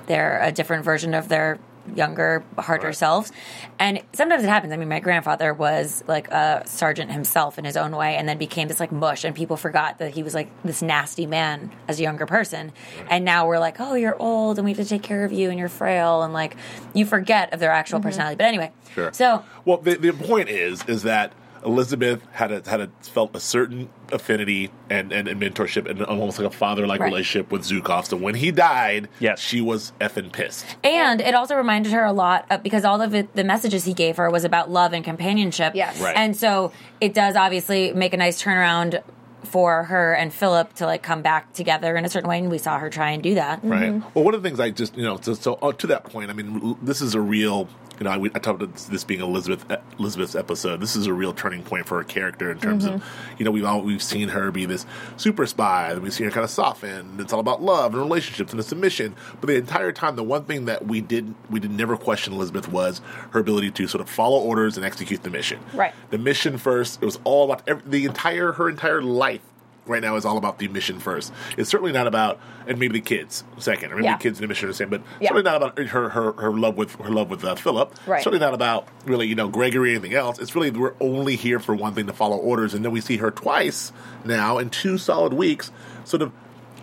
[SPEAKER 6] they're a different version of their younger, harder selves. And sometimes it happens. I mean, my grandfather was like a sergeant himself in his own way and then became this like mush and people forgot that he was like this nasty man as a younger person. And now we're like, oh, you're old and we have to take care of you and you're frail and like you forget of their actual personality. But anyway,
[SPEAKER 5] Sure.
[SPEAKER 6] so
[SPEAKER 5] well, the, the point is, is that Elizabeth had a, had a, felt a certain affinity and, and, and mentorship and almost like a father like
[SPEAKER 6] Right.
[SPEAKER 5] relationship with Zukov. So when he died,
[SPEAKER 4] Yes.
[SPEAKER 5] she was effing pissed.
[SPEAKER 6] And it also reminded her a lot of, because all of it, the messages he gave her was about love and companionship.
[SPEAKER 3] Yes. Right.
[SPEAKER 6] And so it does obviously make a nice turnaround for her and Philip to like come back together in a certain way. And we saw her try and do that.
[SPEAKER 5] Right. Well, one of the things I just you know so, so uh, to that point, I mean, l- this is a real you know I, we, I talked about this being Elizabeth uh, Elizabeth's episode. This is a real turning point for her character in terms of you know we've all, we've seen her be this super spy, and we've seen her kind of soften. and It's all about love and relationships and the submission. But the entire time, the one thing that we did we did never question Elizabeth was her ability to sort of follow orders and execute the mission.
[SPEAKER 3] Right.
[SPEAKER 5] The mission first. It was all about every, the entire her entire life right now is all about the mission first. It's certainly not about and maybe the kids second, or maybe
[SPEAKER 3] Yeah.
[SPEAKER 5] the kids and the mission are the same, but
[SPEAKER 3] Yeah.
[SPEAKER 5] certainly not about her her, her love with her love with uh, Philip.
[SPEAKER 3] Right.
[SPEAKER 5] Certainly not about really you know Gregory or anything else. It's really we're only here for one thing to follow orders, and then we see her twice now in two solid weeks, sort of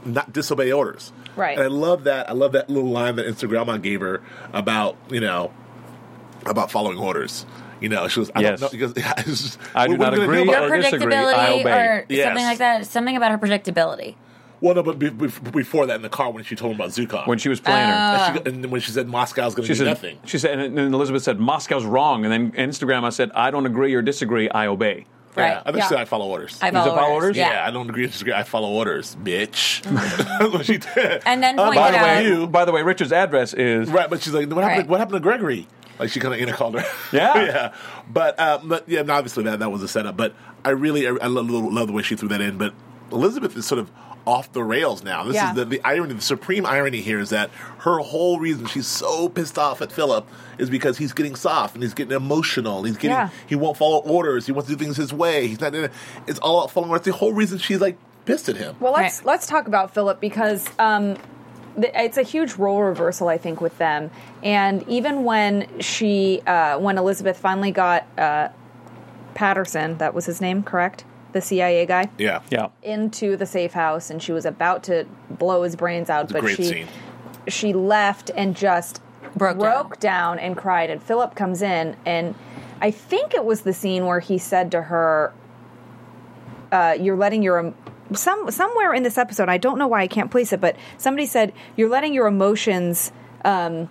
[SPEAKER 5] not disobey orders.
[SPEAKER 3] Right.
[SPEAKER 5] And I love that. I love that little line that Instagram gave her about you know about following orders. You know, she was. I
[SPEAKER 4] Yes.
[SPEAKER 5] don't know because it's just-
[SPEAKER 4] I do
[SPEAKER 5] what-
[SPEAKER 4] not
[SPEAKER 5] what are they gonna
[SPEAKER 4] agree
[SPEAKER 6] Her
[SPEAKER 5] do about
[SPEAKER 4] or
[SPEAKER 5] it?
[SPEAKER 4] disagree, I
[SPEAKER 6] predictability
[SPEAKER 4] obey.
[SPEAKER 6] or
[SPEAKER 5] Yes.
[SPEAKER 6] something like that. Something about her predictability.
[SPEAKER 5] Well, no, but be, be, before that, in the car when she told him about Zukov,
[SPEAKER 4] when she was planning. her.
[SPEAKER 6] Oh.
[SPEAKER 5] and, she, and when she said Moscow's going to
[SPEAKER 4] She
[SPEAKER 5] do
[SPEAKER 4] said,
[SPEAKER 5] nothing.
[SPEAKER 4] She said, and then Elizabeth said, Moscow's wrong. And then Instagram, I said, I don't agree or disagree. I obey.
[SPEAKER 6] Right.
[SPEAKER 5] I think she said I follow orders.
[SPEAKER 6] I
[SPEAKER 4] it
[SPEAKER 6] follow
[SPEAKER 4] follow
[SPEAKER 6] orders.
[SPEAKER 4] orders?
[SPEAKER 6] Yeah.
[SPEAKER 5] yeah, I don't agree. Disagree. I follow orders, bitch. That's what she did.
[SPEAKER 6] And then
[SPEAKER 5] Uh,
[SPEAKER 6] pointed
[SPEAKER 5] by
[SPEAKER 4] By the
[SPEAKER 5] the
[SPEAKER 6] out-
[SPEAKER 4] way,
[SPEAKER 5] way, you
[SPEAKER 4] by the way, Richard's address is
[SPEAKER 5] right? But she's like, what happened?
[SPEAKER 6] Right.
[SPEAKER 5] What happened to Gregory? Like she kind of Anna called her.
[SPEAKER 4] Yeah.
[SPEAKER 5] yeah. But, uh, but yeah, and obviously that that was a setup. But I really I, I love, love the way she threw that in. But Elizabeth is sort of off the rails now. This
[SPEAKER 3] Yeah.
[SPEAKER 5] is the, the irony, the supreme irony here is that her whole reason she's so pissed off at Philip is because he's getting soft and he's getting emotional. and He's getting
[SPEAKER 3] Yeah.
[SPEAKER 5] he won't follow orders. He wants to do things his way. He's not. It's all about following orders. The whole reason she's like pissed at him.
[SPEAKER 3] Well, let's
[SPEAKER 6] Right.
[SPEAKER 3] let's talk about Philip because um, th- it's a huge role reversal, I think, with them. And even when she, uh, when Elizabeth finally got uh, Patterson, that was his name, correct? The CIA guy
[SPEAKER 5] yeah.
[SPEAKER 4] Yeah.
[SPEAKER 3] into the safe house, and she was about to blow his brains out,
[SPEAKER 5] It's a
[SPEAKER 3] but
[SPEAKER 5] great
[SPEAKER 3] she
[SPEAKER 5] scene.
[SPEAKER 3] she left and just
[SPEAKER 6] Broke down.
[SPEAKER 3] down and cried. And Philip comes in, and I think it was the scene where he said to her, uh, "You're letting your em- some somewhere in this episode. I don't know why I can't place it, but somebody said you're letting your emotions." Um,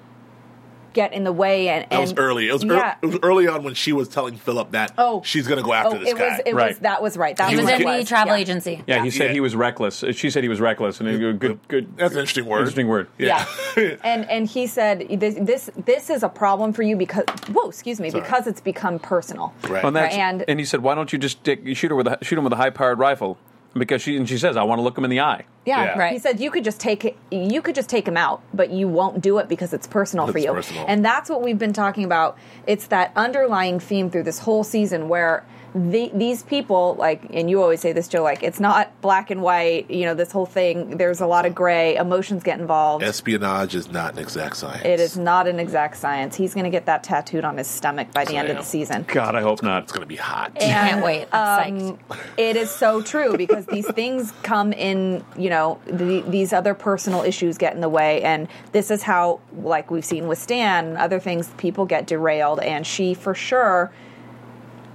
[SPEAKER 3] get in the way and,
[SPEAKER 5] That was
[SPEAKER 3] and-
[SPEAKER 5] early. It was, ear-
[SPEAKER 3] yeah.
[SPEAKER 5] it was early on when she was telling Philip that
[SPEAKER 3] Oh.
[SPEAKER 5] she's going to go after
[SPEAKER 3] oh,
[SPEAKER 5] this
[SPEAKER 3] it
[SPEAKER 5] guy.
[SPEAKER 3] was it was
[SPEAKER 4] Right.
[SPEAKER 3] that was right that
[SPEAKER 6] He
[SPEAKER 3] was
[SPEAKER 6] was
[SPEAKER 3] what
[SPEAKER 6] in
[SPEAKER 3] it
[SPEAKER 6] the
[SPEAKER 3] was.
[SPEAKER 6] travel
[SPEAKER 3] Yeah.
[SPEAKER 6] agency.
[SPEAKER 4] Yeah, he said
[SPEAKER 5] Yeah.
[SPEAKER 4] he was reckless. She said he was reckless, and it- good, good.
[SPEAKER 5] That's an interesting word.
[SPEAKER 4] Interesting word.
[SPEAKER 3] Yeah. and and he said this, this this is a problem for you because whoa, excuse me,
[SPEAKER 5] Sorry.
[SPEAKER 3] because it's become personal.
[SPEAKER 5] Right.
[SPEAKER 4] And, that's,
[SPEAKER 3] And-
[SPEAKER 4] and he said, "Why don't you just stick, you shoot her with a, shoot him with a high powered rifle?" Because she and she says, "I want to look him in the eye."
[SPEAKER 3] Yeah,
[SPEAKER 5] Yeah.
[SPEAKER 6] Right.
[SPEAKER 3] He said you could just take it, you could just take him out, but you won't do it because it's personal for
[SPEAKER 5] It's
[SPEAKER 3] you.
[SPEAKER 5] personal.
[SPEAKER 3] And that's what we've been talking about. It's that underlying theme through this whole season where the, these people, like, and you always say this, Joe, like it's not black and white. You know, this whole thing. There's a lot of gray. Emotions get involved.
[SPEAKER 5] Espionage is not an exact science.
[SPEAKER 3] It is not an exact science. He's going to get that tattooed on his stomach by the end of the season.
[SPEAKER 4] God, I hope not.
[SPEAKER 5] It's going to be hot.
[SPEAKER 6] Can't wait. I'm psyched.
[SPEAKER 3] Um, it is so true because these things come in, you know, the, these other personal issues get in the way. And this is how, like we've seen with Stan and other things, people get derailed. And she, for sure,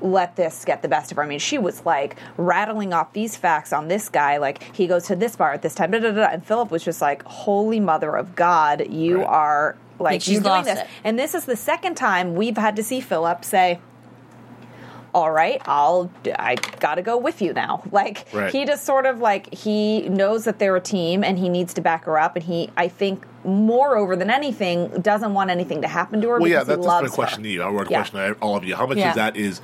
[SPEAKER 3] let this get the best of her. I mean, she was like rattling off these facts on this guy. Like, he goes to this bar at this time, da, da, da, da. and Philip was just like, Holy Mother of God, you
[SPEAKER 5] Right.
[SPEAKER 3] are like,
[SPEAKER 6] Like, she's
[SPEAKER 3] you're doing
[SPEAKER 6] lost
[SPEAKER 3] this.
[SPEAKER 6] it.
[SPEAKER 3] And this is the second time we've had to see Philip say, all right, I'll I gotta go with you now. Like
[SPEAKER 5] Right.
[SPEAKER 3] he just sort of like he knows that they're a team and he needs to back her up and he I think moreover than anything doesn't want anything to happen to her
[SPEAKER 5] Well, yeah,
[SPEAKER 3] because
[SPEAKER 5] that's,
[SPEAKER 3] he
[SPEAKER 5] that's my
[SPEAKER 3] loves
[SPEAKER 5] question
[SPEAKER 3] her.
[SPEAKER 5] to you. I wrote a
[SPEAKER 3] Yeah.
[SPEAKER 5] question to all of you. How much
[SPEAKER 6] Yeah.
[SPEAKER 5] of that is.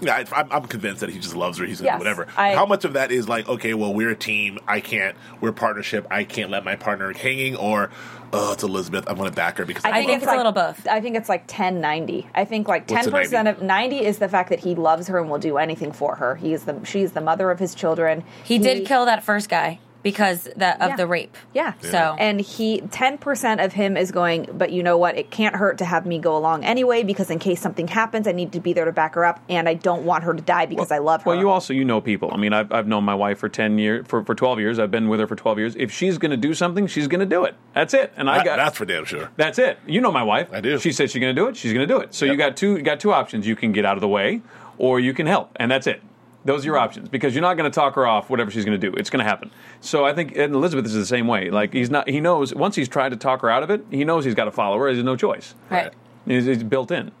[SPEAKER 5] Yeah, I- I'm, I'm convinced that he just loves her. He's gonna
[SPEAKER 3] Yes,
[SPEAKER 5] do whatever.
[SPEAKER 3] I-
[SPEAKER 5] How much of that is like, okay, well, we're a team. I can't. We're a partnership. I can't let my partner hanging. Or, oh, it's Elizabeth. I'm going to back her because I,
[SPEAKER 6] think
[SPEAKER 5] love
[SPEAKER 6] it's
[SPEAKER 5] her.
[SPEAKER 6] a little both.
[SPEAKER 3] I think it's like 10 90. I think like
[SPEAKER 5] What's a
[SPEAKER 3] 10% of 90 is the fact that he loves her and will do anything for her. He is the she's the mother of his children.
[SPEAKER 6] He did kill that first guy because that of
[SPEAKER 3] Yeah.
[SPEAKER 6] the rape.
[SPEAKER 3] Yeah.
[SPEAKER 6] So
[SPEAKER 3] and he 10% of him is going, but you know what? It can't hurt to have me go along anyway because in case something happens, I need to be there to back her up and I don't want her to die because I love her.
[SPEAKER 4] Well, you also you know people. I mean, I've, I've known my wife for ten years, for, for twelve years. I've been with her for twelve years. If she's going to do something, she's going to do it. That's it. And I
[SPEAKER 5] That-
[SPEAKER 4] got
[SPEAKER 5] that's for damn sure.
[SPEAKER 4] That's it. You know my wife.
[SPEAKER 5] I do.
[SPEAKER 4] She said she's going to do it. She's going to do it. So you
[SPEAKER 5] Yep.
[SPEAKER 4] got two you got two options. You can get out of the way, or you can help, and that's it. Those are your options because you're not going to talk her off whatever she's going to do. It's going to happen. So I think and Elizabeth is the same way. Like he's not. He knows once he's tried to talk her out of it, he knows he's got to follow her. There's no choice.
[SPEAKER 6] right.
[SPEAKER 5] Right.
[SPEAKER 4] It's, it's built in.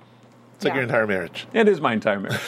[SPEAKER 5] It's like your entire marriage.
[SPEAKER 4] It is my entire marriage.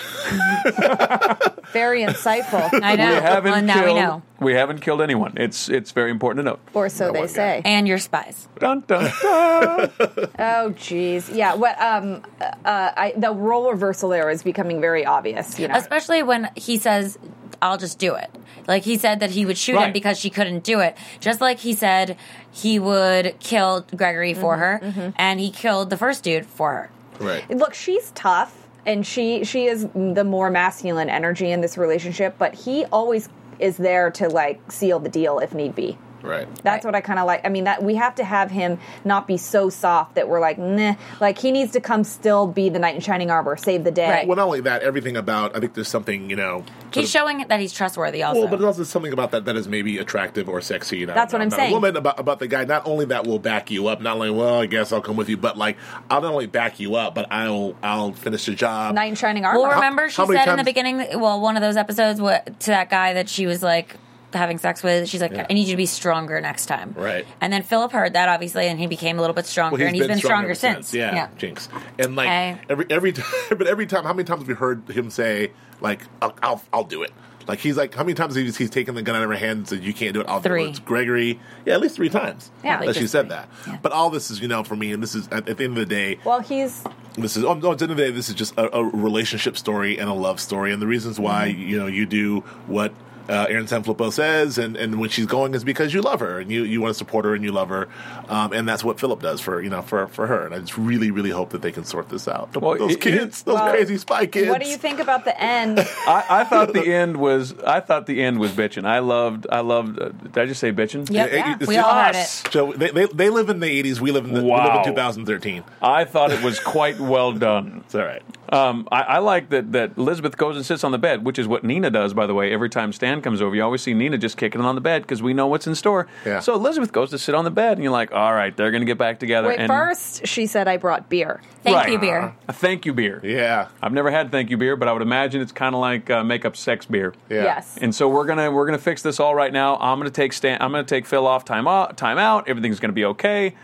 [SPEAKER 3] Very insightful.
[SPEAKER 6] I know.
[SPEAKER 4] We haven't
[SPEAKER 6] well, now
[SPEAKER 4] killed.
[SPEAKER 6] we know.
[SPEAKER 4] we haven't killed anyone. It's it's very important to note.
[SPEAKER 3] or so they
[SPEAKER 5] one
[SPEAKER 3] say.
[SPEAKER 6] And your spies.
[SPEAKER 4] Dun, dun, dun.
[SPEAKER 3] Oh, geez. Yeah. What? Um. Uh. I, the role reversal there is becoming very obvious. You know.
[SPEAKER 6] Especially when he says, I'll just do it. Like he said that he would shoot him
[SPEAKER 4] Right.
[SPEAKER 6] because she couldn't do it. Just like he said he would kill Gregory
[SPEAKER 5] Mm-hmm.
[SPEAKER 6] for her and he killed the first dude for her.
[SPEAKER 5] Right.
[SPEAKER 3] Look, she's tough, and she she is the more masculine energy in this relationship. But he always is there to like seal the deal if need be.
[SPEAKER 5] Right.
[SPEAKER 3] That's
[SPEAKER 6] Right.
[SPEAKER 3] what I kind of like. I mean, that we have to have him not be so soft that we're like, nah. Like he needs to come, still be the knight in shining armor, save the day.
[SPEAKER 6] Right.
[SPEAKER 5] Well, not only that, everything about. I think there's something you know.
[SPEAKER 6] He's showing that he's trustworthy also.
[SPEAKER 5] Well, but there's also something about that that is maybe attractive or sexy. And I
[SPEAKER 3] That's what
[SPEAKER 5] don't know,
[SPEAKER 3] I'm
[SPEAKER 5] not
[SPEAKER 3] saying.
[SPEAKER 5] A woman about about the guy. Not only that will back you up. Not only well, I guess I'll come with you, but like I'll not only back you up, but I'll I'll finish the job.
[SPEAKER 3] Knight in shining armor.
[SPEAKER 6] Well, remember she
[SPEAKER 5] how many
[SPEAKER 6] said in the
[SPEAKER 5] times-
[SPEAKER 6] beginning, well, one of those episodes what, to that guy that she was like having sex with. She's like, I need you to be stronger next time.
[SPEAKER 5] Right.
[SPEAKER 6] And then Philip heard that obviously, and he became a little bit stronger,
[SPEAKER 5] Well, he's
[SPEAKER 6] and he's been, stronger,
[SPEAKER 5] ever
[SPEAKER 6] since.
[SPEAKER 5] Yeah, Jinx. And like
[SPEAKER 6] I-
[SPEAKER 5] every every time, but every time, how many times have you heard him say like I'll I'll, I'll do it? Like he's like, how many times he's he's taken the gun out of her hand and said, "You can't do it." I'll
[SPEAKER 6] Three.
[SPEAKER 5] do it. It's Gregory, yeah, at least three times.
[SPEAKER 3] Yeah.
[SPEAKER 5] that
[SPEAKER 6] Like
[SPEAKER 5] she
[SPEAKER 6] just
[SPEAKER 5] said
[SPEAKER 6] three.
[SPEAKER 5] that.
[SPEAKER 6] Yeah.
[SPEAKER 5] But all this is, you know, for me, and this is at, at the end of the day,
[SPEAKER 3] Well, he's
[SPEAKER 5] This is, oh, no, at the end of the day, this is just a, a relationship story and a love story, and the reasons why you know you do what uh, Erin Sanfilippo says, and, and when she's going is because you love her and you, you want to support her and you love her, um, and that's what Philip does for you know for, for her, and I just really really hope that they can sort this out.
[SPEAKER 4] Well,
[SPEAKER 5] those
[SPEAKER 4] it-
[SPEAKER 5] kids, those
[SPEAKER 3] Well,
[SPEAKER 5] crazy spy kids.
[SPEAKER 3] What do you think about the end?
[SPEAKER 4] I, I thought the end was. I thought the end was bitching. I loved. I loved. Uh, did I just say bitching?
[SPEAKER 6] Yep.
[SPEAKER 5] Yeah,
[SPEAKER 6] Yeah,
[SPEAKER 5] it's
[SPEAKER 6] we
[SPEAKER 5] just
[SPEAKER 6] all heard
[SPEAKER 4] us.
[SPEAKER 6] it.
[SPEAKER 5] So they, they, they live in the 80s, we live in, the, we live
[SPEAKER 4] Wow.
[SPEAKER 5] in 2013.
[SPEAKER 4] I thought it was quite well done.
[SPEAKER 5] It's all right.
[SPEAKER 4] Um, I, I like that, that Elizabeth goes and sits on the bed, which is what Nina does, by the way. Every time Stan comes over, you always see Nina just kicking it on the bed because we know what's in store.
[SPEAKER 5] Yeah.
[SPEAKER 4] So Elizabeth goes to sit on the bed, and you're like, all right, they're going to get back together.
[SPEAKER 3] Wait,
[SPEAKER 4] and
[SPEAKER 3] first she said I brought beer.
[SPEAKER 6] Thank
[SPEAKER 4] Right.
[SPEAKER 6] you, beer.
[SPEAKER 4] A thank you beer.
[SPEAKER 5] Yeah.
[SPEAKER 4] I've never had thank you beer, but I would imagine it's kind of like uh, make up sex beer.
[SPEAKER 5] Yeah.
[SPEAKER 3] Yes.
[SPEAKER 4] And so we're gonna we're gonna fix this all right now. I'm gonna take Stan. I'm gonna take Phil off time out. Time out. Everything's gonna be okay.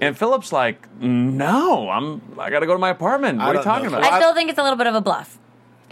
[SPEAKER 4] And Philip's like, no, I'm. I gotta go to my apartment.
[SPEAKER 5] I
[SPEAKER 4] What are you
[SPEAKER 5] don't know,
[SPEAKER 4] talking
[SPEAKER 5] Phil.
[SPEAKER 4] about?
[SPEAKER 6] I still think it's a little bit of a bluff.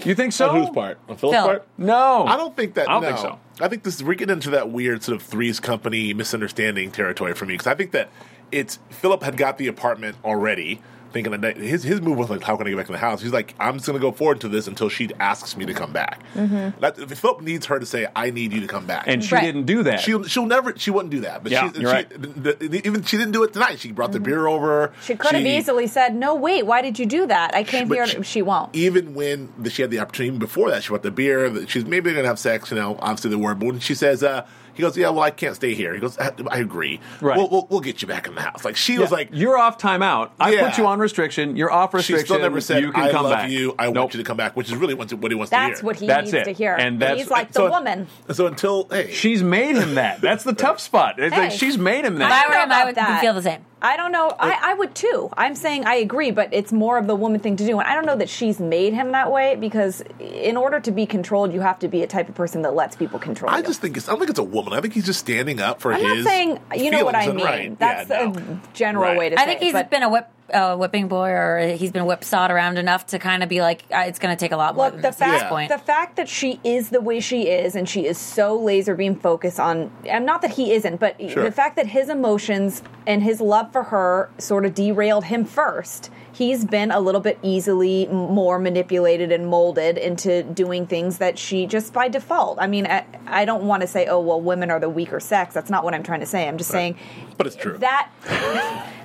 [SPEAKER 4] you think so?
[SPEAKER 5] On whose part? On Phil's
[SPEAKER 6] Phil.
[SPEAKER 5] part?
[SPEAKER 4] No,
[SPEAKER 5] I don't think that.
[SPEAKER 4] I don't
[SPEAKER 5] no.
[SPEAKER 4] think so.
[SPEAKER 5] I think this we're getting into that weird sort of threes company misunderstanding territory for me because I think that it's Philip had got the apartment already. Thinking that his his move was like, how can I get back in the house? He's like, I'm just gonna go forward to this until she asks me to come back.
[SPEAKER 3] Mm-hmm.
[SPEAKER 5] That, if Philip needs her to say, I need you to come back,
[SPEAKER 4] And she
[SPEAKER 6] Right.
[SPEAKER 4] didn't do that.
[SPEAKER 5] she'll she'll never she wouldn't do that. But
[SPEAKER 4] Yeah,
[SPEAKER 5] she,
[SPEAKER 4] you're
[SPEAKER 5] she-
[SPEAKER 4] right.
[SPEAKER 5] the- the- even she didn't do it tonight. She brought the beer over.
[SPEAKER 3] Mm-hmm. She could have easily said, "No, wait, why did you do that? I came
[SPEAKER 5] But
[SPEAKER 3] here." She, won't.
[SPEAKER 5] Even when the, she had the opportunity even before that, she brought the beer. that She's maybe going to have sex, you know, obviously the word. But when she says, uh, he goes, yeah, well, I can't stay here. He goes, I, I agree.
[SPEAKER 4] Right.
[SPEAKER 5] We'll, we'll, we'll get you back in the house. Like, she
[SPEAKER 4] Yeah,
[SPEAKER 5] was like,
[SPEAKER 4] you're off time out. I
[SPEAKER 5] Yeah.
[SPEAKER 4] put you on restriction. You're off
[SPEAKER 5] she
[SPEAKER 4] restriction.
[SPEAKER 5] still never said,
[SPEAKER 4] you can
[SPEAKER 5] I
[SPEAKER 4] come
[SPEAKER 5] love
[SPEAKER 4] back.
[SPEAKER 5] you. I
[SPEAKER 4] Nope.
[SPEAKER 5] want you to come back, which is really what what he wants to hear.
[SPEAKER 3] That's what he
[SPEAKER 4] That's
[SPEAKER 3] needs
[SPEAKER 4] it.
[SPEAKER 3] to hear.
[SPEAKER 4] And that's-
[SPEAKER 3] he's like the
[SPEAKER 5] So-
[SPEAKER 3] woman.
[SPEAKER 5] So until, hey.
[SPEAKER 4] She's made him that. That's the tough spot. It's like
[SPEAKER 3] Hey.
[SPEAKER 4] she's made him
[SPEAKER 6] If
[SPEAKER 4] that.
[SPEAKER 6] I
[SPEAKER 3] don't
[SPEAKER 6] were
[SPEAKER 3] know
[SPEAKER 6] him, I
[SPEAKER 3] about
[SPEAKER 6] would
[SPEAKER 3] that.
[SPEAKER 6] feel the same.
[SPEAKER 3] I don't know. I, I would too. I'm saying I agree, but it's more of the woman thing to do. And I don't know that she's made him that way because in order to be controlled, you have to be a type of person that lets people control
[SPEAKER 5] I
[SPEAKER 3] you.
[SPEAKER 5] just think it's. I don't think it's a woman. I think he's just standing up for
[SPEAKER 3] I'm
[SPEAKER 5] his.
[SPEAKER 3] not saying you know what
[SPEAKER 5] feelings
[SPEAKER 3] I
[SPEAKER 5] and
[SPEAKER 3] mean.
[SPEAKER 5] right.
[SPEAKER 3] That's
[SPEAKER 5] Yeah, no.
[SPEAKER 3] a general
[SPEAKER 5] Right.
[SPEAKER 3] way to say
[SPEAKER 6] I think
[SPEAKER 3] it.
[SPEAKER 6] he's
[SPEAKER 3] but
[SPEAKER 6] been a whip, uh, whipping boy, or he's been whipsawed around enough to kind of be like, uh, it's going to take a lot more
[SPEAKER 3] Look,
[SPEAKER 6] than
[SPEAKER 3] the
[SPEAKER 6] this at this
[SPEAKER 3] fact
[SPEAKER 6] point.
[SPEAKER 3] the fact that she is the way she is, and she is so laser beam focused on, and not that he isn't, but
[SPEAKER 5] Sure.
[SPEAKER 3] the fact that his emotions and his love for her sort of derailed him first. He's been a little bit easily m- more manipulated and molded into doing things that she just by default. I mean, I, I don't want to say, oh well, women are the weaker sex. That's not what I'm trying to say. I'm just saying
[SPEAKER 5] But it's true.
[SPEAKER 3] that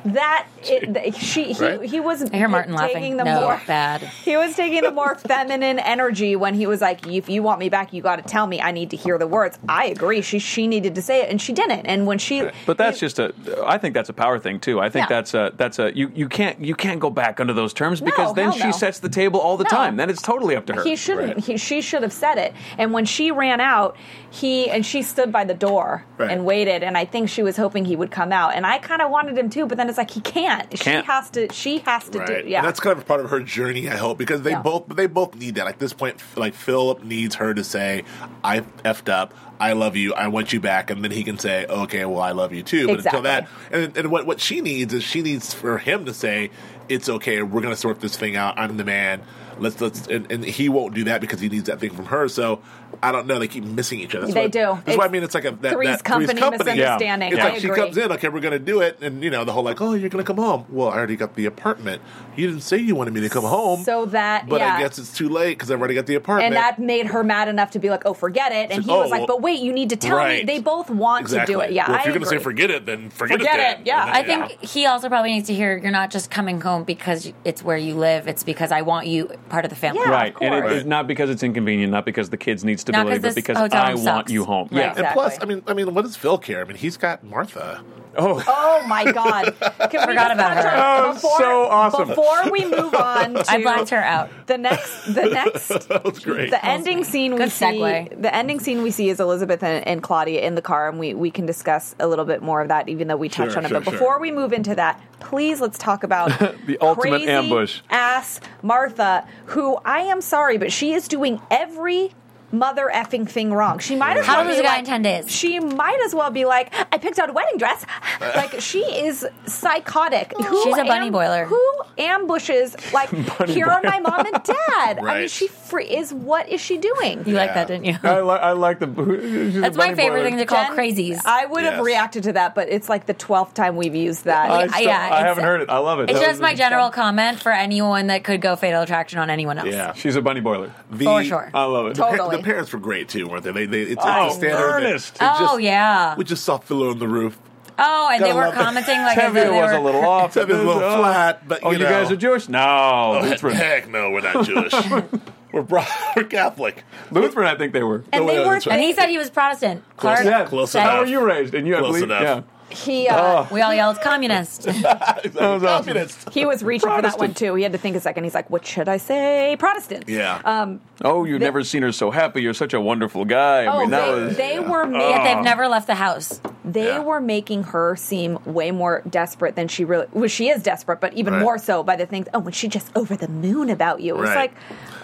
[SPEAKER 3] that it, th- she he,
[SPEAKER 5] Right.
[SPEAKER 3] he was
[SPEAKER 6] I hear Martin
[SPEAKER 3] taking
[SPEAKER 6] laughing.
[SPEAKER 3] the
[SPEAKER 6] No,
[SPEAKER 3] more
[SPEAKER 6] bad.
[SPEAKER 3] he was taking the more feminine energy when he was like, "If you want me back, you got to tell me. I need to hear the words." I agree. She she needed to say it, and she didn't. And when she,
[SPEAKER 4] But that's just a. I think that's a power thing too. I think
[SPEAKER 3] Yeah.
[SPEAKER 4] that's a. That's a. You you can't you can't go back under those terms
[SPEAKER 3] No,
[SPEAKER 4] because then
[SPEAKER 3] hell
[SPEAKER 4] she
[SPEAKER 3] no.
[SPEAKER 4] sets the table all the
[SPEAKER 3] No.
[SPEAKER 4] time. Then it's totally up to her.
[SPEAKER 3] he shouldn't.
[SPEAKER 5] Right.
[SPEAKER 3] He, she should have said it. And when she ran out, he and she stood by the door
[SPEAKER 5] Right.
[SPEAKER 3] and waited. And I think she was hoping he would come out. And I kind of wanted him too, but then it's like he can't.
[SPEAKER 4] Can't.
[SPEAKER 3] She has to. She has to
[SPEAKER 5] Right.
[SPEAKER 3] do. Yeah,
[SPEAKER 5] And that's kind of part of her journey, I hope, because they
[SPEAKER 3] Yeah.
[SPEAKER 5] both they both need that. Like this point, like Philip needs her to say, "I effed up. I love you. I want you back," and then he can say, "Okay, well, I love you too." But until
[SPEAKER 3] Exactly.
[SPEAKER 5] that, and, and what what she needs is she needs for him to say, "It's okay. We're gonna sort this thing out. I'm the man." Let's let's and, and he won't do that because he needs that thing from her. So I don't know. They keep missing each other. That's
[SPEAKER 3] They
[SPEAKER 5] what-
[SPEAKER 3] do.
[SPEAKER 5] That's why I
[SPEAKER 3] It's
[SPEAKER 5] mean it's like a that,
[SPEAKER 3] Three's
[SPEAKER 5] that
[SPEAKER 3] Company misunderstanding.
[SPEAKER 5] It's
[SPEAKER 3] I
[SPEAKER 5] like she
[SPEAKER 3] agree.
[SPEAKER 5] comes in, okay, we're gonna do it, and you know the whole like, oh, you're gonna come home. Well, I already got the apartment. You didn't say you wanted me to come home.
[SPEAKER 3] So that-
[SPEAKER 5] but I
[SPEAKER 3] yeah.
[SPEAKER 5] guess it's too late because I've already got the apartment.
[SPEAKER 3] and that made her mad enough to be like, "Oh, forget it." And
[SPEAKER 5] It's
[SPEAKER 3] he
[SPEAKER 5] like,
[SPEAKER 3] was
[SPEAKER 5] oh,
[SPEAKER 3] like, "But wait, you need to tell me."
[SPEAKER 5] right.
[SPEAKER 3] They both want
[SPEAKER 5] exactly.
[SPEAKER 3] to do it. Yeah,
[SPEAKER 5] Well, if
[SPEAKER 3] I
[SPEAKER 5] you're gonna say
[SPEAKER 3] agree.
[SPEAKER 5] forget it, then forget,
[SPEAKER 3] Forget
[SPEAKER 5] it.
[SPEAKER 3] it,
[SPEAKER 5] then.
[SPEAKER 3] yeah.
[SPEAKER 5] And
[SPEAKER 6] I
[SPEAKER 5] then,
[SPEAKER 6] think he also probably needs to hear you're not just coming home because it's where you live, it's because I want you part of the family.
[SPEAKER 3] Yeah, of
[SPEAKER 4] right. And it,
[SPEAKER 3] course.
[SPEAKER 4] it's not because it's inconvenient, not because the kids need
[SPEAKER 6] Not
[SPEAKER 4] stability, but
[SPEAKER 6] 'cause this
[SPEAKER 4] because
[SPEAKER 6] hotel
[SPEAKER 4] I
[SPEAKER 6] room
[SPEAKER 4] want
[SPEAKER 6] sucks.
[SPEAKER 4] you home.
[SPEAKER 3] Right.
[SPEAKER 4] Yeah.
[SPEAKER 5] And plus, I
[SPEAKER 3] Exactly.
[SPEAKER 5] mean, I mean, what does Phil care? I mean, he's got Martha.
[SPEAKER 3] Oh my God! Can we
[SPEAKER 6] Forgot
[SPEAKER 3] just
[SPEAKER 6] about
[SPEAKER 3] touch
[SPEAKER 6] her.
[SPEAKER 3] on-
[SPEAKER 4] Oh, so awesome.
[SPEAKER 3] Before we move on, to
[SPEAKER 6] I blacked her out.
[SPEAKER 3] The next, the next,
[SPEAKER 5] That was great.
[SPEAKER 3] the ending scene we
[SPEAKER 6] Good
[SPEAKER 3] see.
[SPEAKER 6] segue.
[SPEAKER 3] The ending scene we see is Elizabeth and, and Claudia in the car, and we we can discuss a little bit more of that, even though we touched
[SPEAKER 5] Sure,
[SPEAKER 3] on it.
[SPEAKER 5] sure,
[SPEAKER 3] but
[SPEAKER 5] sure.
[SPEAKER 3] before we move into that, please let's talk about
[SPEAKER 4] The ultimate
[SPEAKER 3] crazy
[SPEAKER 4] ambush.
[SPEAKER 3] ass Martha, who I am sorry, but she is doing every mother effing thing wrong. She might as
[SPEAKER 6] How
[SPEAKER 3] well
[SPEAKER 6] old was
[SPEAKER 3] be
[SPEAKER 6] the guy
[SPEAKER 3] like-
[SPEAKER 6] in 10 days?
[SPEAKER 3] She might as well be like, I picked out a wedding dress. like she is psychotic. Who
[SPEAKER 6] She's a bunny boiler.
[SPEAKER 3] Who ambushes like here are my mom and dad? I mean,
[SPEAKER 5] Right.
[SPEAKER 3] she fre- is. What is she doing?
[SPEAKER 6] You like that, didn't you?
[SPEAKER 4] I, li- I like the. who- she's a
[SPEAKER 6] That's my
[SPEAKER 4] bunny
[SPEAKER 6] favorite
[SPEAKER 4] boiler.
[SPEAKER 6] thing to call
[SPEAKER 3] Jen,
[SPEAKER 6] crazies.
[SPEAKER 3] I would have
[SPEAKER 5] Yes.
[SPEAKER 3] reacted to that, but it's like the twelfth time we've used that.
[SPEAKER 4] I,
[SPEAKER 6] Yeah,
[SPEAKER 4] still-
[SPEAKER 6] yeah,
[SPEAKER 4] I
[SPEAKER 6] it's-
[SPEAKER 4] haven't heard it. I love it.
[SPEAKER 6] it's
[SPEAKER 4] That
[SPEAKER 6] just
[SPEAKER 4] was-
[SPEAKER 6] my general comment for anyone that could go fatal attraction on anyone else.
[SPEAKER 5] Yeah.
[SPEAKER 4] She's a bunny boiler.
[SPEAKER 5] The,
[SPEAKER 6] For sure.
[SPEAKER 4] I love it.
[SPEAKER 5] The, par-
[SPEAKER 3] Totally.
[SPEAKER 5] the parents were great too, weren't they? They, they it's,
[SPEAKER 4] Oh,
[SPEAKER 5] it's a standard. that-
[SPEAKER 4] Ernest.
[SPEAKER 5] it just-
[SPEAKER 6] Oh, yeah.
[SPEAKER 5] We just saw Philo on the roof.
[SPEAKER 6] Oh, and they
[SPEAKER 5] Gotta
[SPEAKER 6] were
[SPEAKER 5] love that.
[SPEAKER 6] commenting like as though
[SPEAKER 4] Tevye
[SPEAKER 6] they
[SPEAKER 4] was
[SPEAKER 6] were,
[SPEAKER 4] a little off.
[SPEAKER 5] Tevye was a little
[SPEAKER 4] Oh.
[SPEAKER 5] flat, but,
[SPEAKER 4] oh,
[SPEAKER 5] you
[SPEAKER 4] you guys
[SPEAKER 5] know.
[SPEAKER 4] are Jewish? Oh, No,
[SPEAKER 5] Heck,
[SPEAKER 4] Lutheran.
[SPEAKER 5] heck no, we're not Jewish. we're, bro- we're Catholic.
[SPEAKER 4] Lutheran, I think they were.
[SPEAKER 3] and they
[SPEAKER 5] yeah,
[SPEAKER 3] were.
[SPEAKER 5] that's right.
[SPEAKER 6] And he said he was Protestant. Clark,
[SPEAKER 4] yeah,
[SPEAKER 5] close
[SPEAKER 6] said-
[SPEAKER 4] How
[SPEAKER 5] enough.
[SPEAKER 4] were you raised? And you, I
[SPEAKER 5] Close
[SPEAKER 4] believe,
[SPEAKER 5] enough.
[SPEAKER 4] yeah.
[SPEAKER 3] He uh,
[SPEAKER 5] Ah.
[SPEAKER 6] we all yelled communist.
[SPEAKER 5] Exactly.
[SPEAKER 4] awesome.
[SPEAKER 5] Communist.
[SPEAKER 3] he was reaching for that one
[SPEAKER 4] Protestant.
[SPEAKER 3] too. He had to think a second. He's like, "What should I say?" Protestant.
[SPEAKER 5] Yeah.
[SPEAKER 3] Um,
[SPEAKER 4] Oh, you've never seen her so happy. You're such a wonderful guy. I
[SPEAKER 3] oh,
[SPEAKER 4] mean, that
[SPEAKER 3] they,
[SPEAKER 4] was.
[SPEAKER 3] they were. ma-
[SPEAKER 6] Yet
[SPEAKER 4] Ah.
[SPEAKER 6] they've never left the house.
[SPEAKER 3] they
[SPEAKER 5] Yeah.
[SPEAKER 3] were making her seem way more desperate than she really well she is desperate but even
[SPEAKER 5] Right.
[SPEAKER 3] more so by the things oh when she just over the moon about you it's
[SPEAKER 5] Right.
[SPEAKER 3] like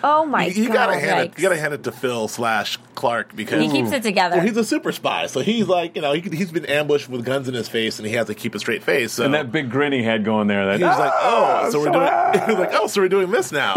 [SPEAKER 3] oh my
[SPEAKER 5] You, you
[SPEAKER 3] god
[SPEAKER 5] gotta hand it.
[SPEAKER 6] yikes.
[SPEAKER 5] You gotta hand it to Phil slash Clark because
[SPEAKER 6] He keeps it together.
[SPEAKER 5] Well, he's a super spy, so he's like you know he, could- he's been ambushed with guns in his face, and he has to keep a straight face. So
[SPEAKER 4] And that big grin he had going there. That, "Ah,
[SPEAKER 5] he was like, oh, so we're doing. He was like, oh, so we're doing this now.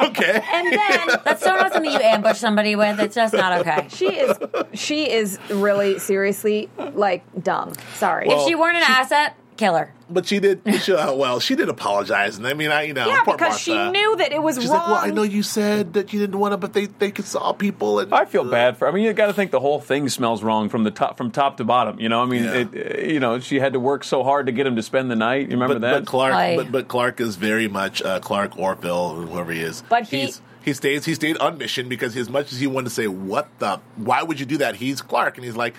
[SPEAKER 5] okay.
[SPEAKER 3] and then
[SPEAKER 6] That's so not something you ambush somebody with. It's just not okay.
[SPEAKER 3] she is she is really seriously like dumb sorry
[SPEAKER 6] if she weren't an asset, kill her.
[SPEAKER 5] But she did. She, uh, well, she did apologize, and I mean, I you know,
[SPEAKER 3] yeah
[SPEAKER 5] poor
[SPEAKER 3] because she
[SPEAKER 5] Martha.
[SPEAKER 3] knew that it was
[SPEAKER 5] She's
[SPEAKER 3] wrong
[SPEAKER 5] like, well, I know you said that you didn't want to, but they they could saw people, and
[SPEAKER 4] I feel bad for. I mean, you got to think the whole thing smells wrong from the top, from top to bottom. You know, I mean,
[SPEAKER 5] Yeah.
[SPEAKER 4] it, eh, you know, she had to work so hard to get him to spend the night. You remember
[SPEAKER 5] but,
[SPEAKER 4] that?
[SPEAKER 5] but Clark,
[SPEAKER 6] Aye.
[SPEAKER 5] but, but Clark is very much uh, Clark or Phil, whoever he is.
[SPEAKER 3] But he-
[SPEAKER 5] he's, he stays he stayed on mission because as much as he wanted to say, "What the? Why would you do that?" He's Clark, and he's like,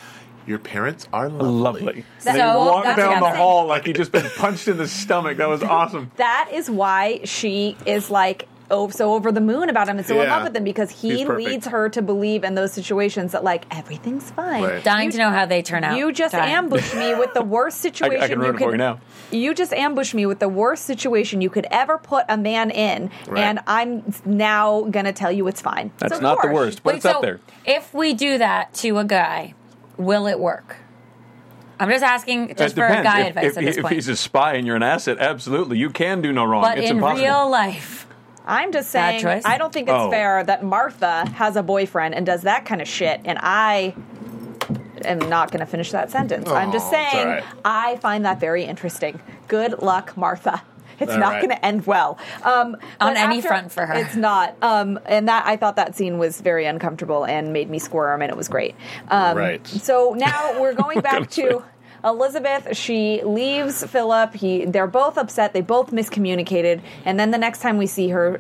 [SPEAKER 5] "Your parents are lovely."
[SPEAKER 4] Lovely.
[SPEAKER 6] So,
[SPEAKER 4] and he walked
[SPEAKER 6] that's
[SPEAKER 4] down the
[SPEAKER 6] nothing.
[SPEAKER 4] hall like he just been punched in the stomach. That was awesome.
[SPEAKER 3] that is why she is like oh so over the moon about him and so in
[SPEAKER 5] Yeah.
[SPEAKER 3] love with him because he
[SPEAKER 5] He's perfect.
[SPEAKER 3] leads her to believe in those situations that like everything's fine
[SPEAKER 5] Right.
[SPEAKER 6] Dying
[SPEAKER 3] You-
[SPEAKER 6] to know how they turn out.
[SPEAKER 3] You just
[SPEAKER 6] Dying.
[SPEAKER 3] ambushed me with the worst situation.
[SPEAKER 4] I can ruin
[SPEAKER 3] you
[SPEAKER 4] it for you now.
[SPEAKER 3] You just ambushed me with the worst situation you could ever put a man in,
[SPEAKER 5] Right.
[SPEAKER 3] and I'm now gonna tell you it's fine.
[SPEAKER 4] That's
[SPEAKER 3] So, of
[SPEAKER 4] not the
[SPEAKER 3] course.
[SPEAKER 4] worst, but
[SPEAKER 6] Wait,
[SPEAKER 4] it's up
[SPEAKER 6] so
[SPEAKER 4] there.
[SPEAKER 6] If we do that to a guy, will it work? I'm just asking just
[SPEAKER 4] It
[SPEAKER 6] for
[SPEAKER 4] depends.
[SPEAKER 6] guy
[SPEAKER 4] if,
[SPEAKER 6] advice
[SPEAKER 4] if-
[SPEAKER 6] at this
[SPEAKER 4] if
[SPEAKER 6] point.
[SPEAKER 4] he's a spy and you're an asset, absolutely, you can do no wrong.
[SPEAKER 6] but
[SPEAKER 4] it's
[SPEAKER 6] in
[SPEAKER 4] impossible.
[SPEAKER 6] real life,
[SPEAKER 3] I'm just saying.
[SPEAKER 6] Bad choice.
[SPEAKER 3] I don't think it's
[SPEAKER 4] Oh.
[SPEAKER 3] fair that Martha has a boyfriend and does that kind of shit, and I. am not going to finish that sentence. I'm just
[SPEAKER 5] Aw, Oh, it's
[SPEAKER 3] saying,
[SPEAKER 5] all right.
[SPEAKER 3] I find that very interesting. Good luck, Martha. It's
[SPEAKER 5] All
[SPEAKER 3] not
[SPEAKER 5] right.
[SPEAKER 3] going to end well um, but
[SPEAKER 6] any front for her.
[SPEAKER 3] It's not. Um, and that I thought that scene was very uncomfortable and made me squirm, and it was great. Um,
[SPEAKER 5] Right.
[SPEAKER 3] So now we're going back to. Elizabeth, she leaves Philip. He, they're both upset. They both miscommunicated. And then the next time we see her,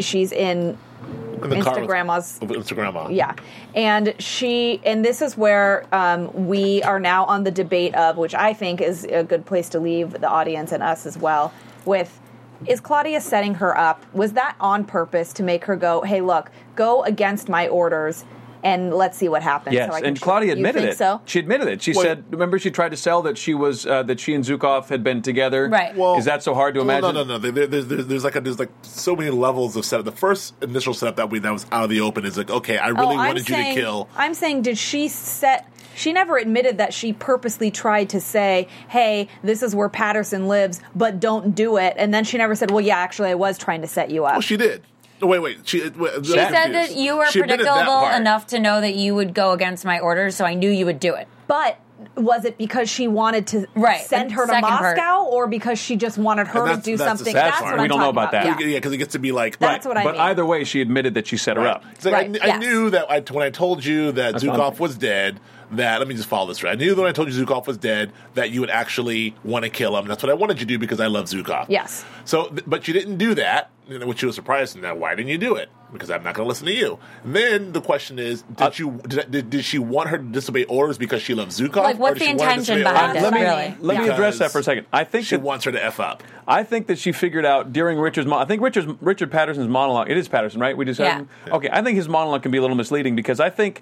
[SPEAKER 3] she's in
[SPEAKER 5] In the car with-
[SPEAKER 3] Instagramma's-
[SPEAKER 5] with Instagramma.
[SPEAKER 3] yeah. And she, and this is where um, we are now on the debate of, which I think is a good place to leave the audience and us as well, with is Claudia setting her up? Was that on purpose to make her go, hey, look, go against my orders and let's see what happens?
[SPEAKER 4] Yes,
[SPEAKER 3] so I can
[SPEAKER 4] and
[SPEAKER 3] shoot-
[SPEAKER 4] Claudia
[SPEAKER 3] you
[SPEAKER 4] admitted
[SPEAKER 3] think
[SPEAKER 4] it.
[SPEAKER 3] So?
[SPEAKER 4] She admitted it. She
[SPEAKER 5] Well-
[SPEAKER 4] said, "Remember, she tried to sell that she was uh, that she and Zukov had been together.
[SPEAKER 6] Right.
[SPEAKER 5] Well,
[SPEAKER 4] Is that so hard to
[SPEAKER 5] well,
[SPEAKER 4] imagine?
[SPEAKER 5] No, no, no. There, there- there's, there's, there's like a, there's like so many levels of setup. The first initial setup that we that was out of the open is like, okay, I really
[SPEAKER 3] Oh, I'm
[SPEAKER 5] wanted
[SPEAKER 3] saying,
[SPEAKER 5] you to kill.
[SPEAKER 3] I'm saying, did she set. She never admitted that she purposely tried to say, hey, this is where Patterson lives, but don't do it. And then she never said, well, yeah, actually, I was trying to set you up.
[SPEAKER 5] Well, she did. No, wait, wait. She, wait,
[SPEAKER 6] she said that you were predictable enough to know that you would go against my orders, so I knew you would do it.
[SPEAKER 3] But was it because she wanted to
[SPEAKER 6] Right,
[SPEAKER 3] send
[SPEAKER 6] the
[SPEAKER 3] her to
[SPEAKER 6] second
[SPEAKER 3] Moscow,
[SPEAKER 6] part.
[SPEAKER 3] or because she just wanted her
[SPEAKER 5] And
[SPEAKER 3] to
[SPEAKER 5] that's-
[SPEAKER 3] do
[SPEAKER 5] that's the
[SPEAKER 3] something?
[SPEAKER 5] second
[SPEAKER 3] That's
[SPEAKER 5] part.
[SPEAKER 3] what
[SPEAKER 4] We
[SPEAKER 3] I'm
[SPEAKER 4] don't know
[SPEAKER 3] talking
[SPEAKER 4] about that.
[SPEAKER 3] Yeah.
[SPEAKER 4] We
[SPEAKER 5] Yeah, because it gets to be like
[SPEAKER 3] That's what I
[SPEAKER 4] but
[SPEAKER 3] mean.
[SPEAKER 4] either way, she admitted that she set her up.
[SPEAKER 5] It's like,
[SPEAKER 3] Right,
[SPEAKER 5] I, kn-
[SPEAKER 3] yes.
[SPEAKER 5] I knew that I, when I told you that
[SPEAKER 4] what I'm
[SPEAKER 5] Zukov
[SPEAKER 4] thinking.
[SPEAKER 5] was dead, that let me just follow this right. I knew that when I told you Zukov was dead, that you would actually want to kill him. That's what I wanted you to do because I love Zukov.
[SPEAKER 3] Yes.
[SPEAKER 5] So, th- but you didn't do that, you know, which you were surprised. Now, why didn't you do it? Because I'm not going to listen to you. And then the question is, did
[SPEAKER 4] Uh,
[SPEAKER 5] you did, did, did she want her to disobey orders because she loves Zukov?
[SPEAKER 6] Like, what's
[SPEAKER 5] or did
[SPEAKER 6] the
[SPEAKER 5] she want her to
[SPEAKER 6] intention
[SPEAKER 5] disobey
[SPEAKER 6] behind it,
[SPEAKER 5] orders
[SPEAKER 4] Uh, Let me
[SPEAKER 6] really?
[SPEAKER 4] let me
[SPEAKER 5] Because
[SPEAKER 4] address that for a second. I think
[SPEAKER 5] She
[SPEAKER 4] that,
[SPEAKER 5] wants her to f up.
[SPEAKER 4] I think that she figured out during Richard's. Mon- I think Richard's Richard Patterson's monologue. It is Patterson, right? We just had
[SPEAKER 6] Yeah.
[SPEAKER 4] him? Okay, I think his monologue can be a little misleading because I think.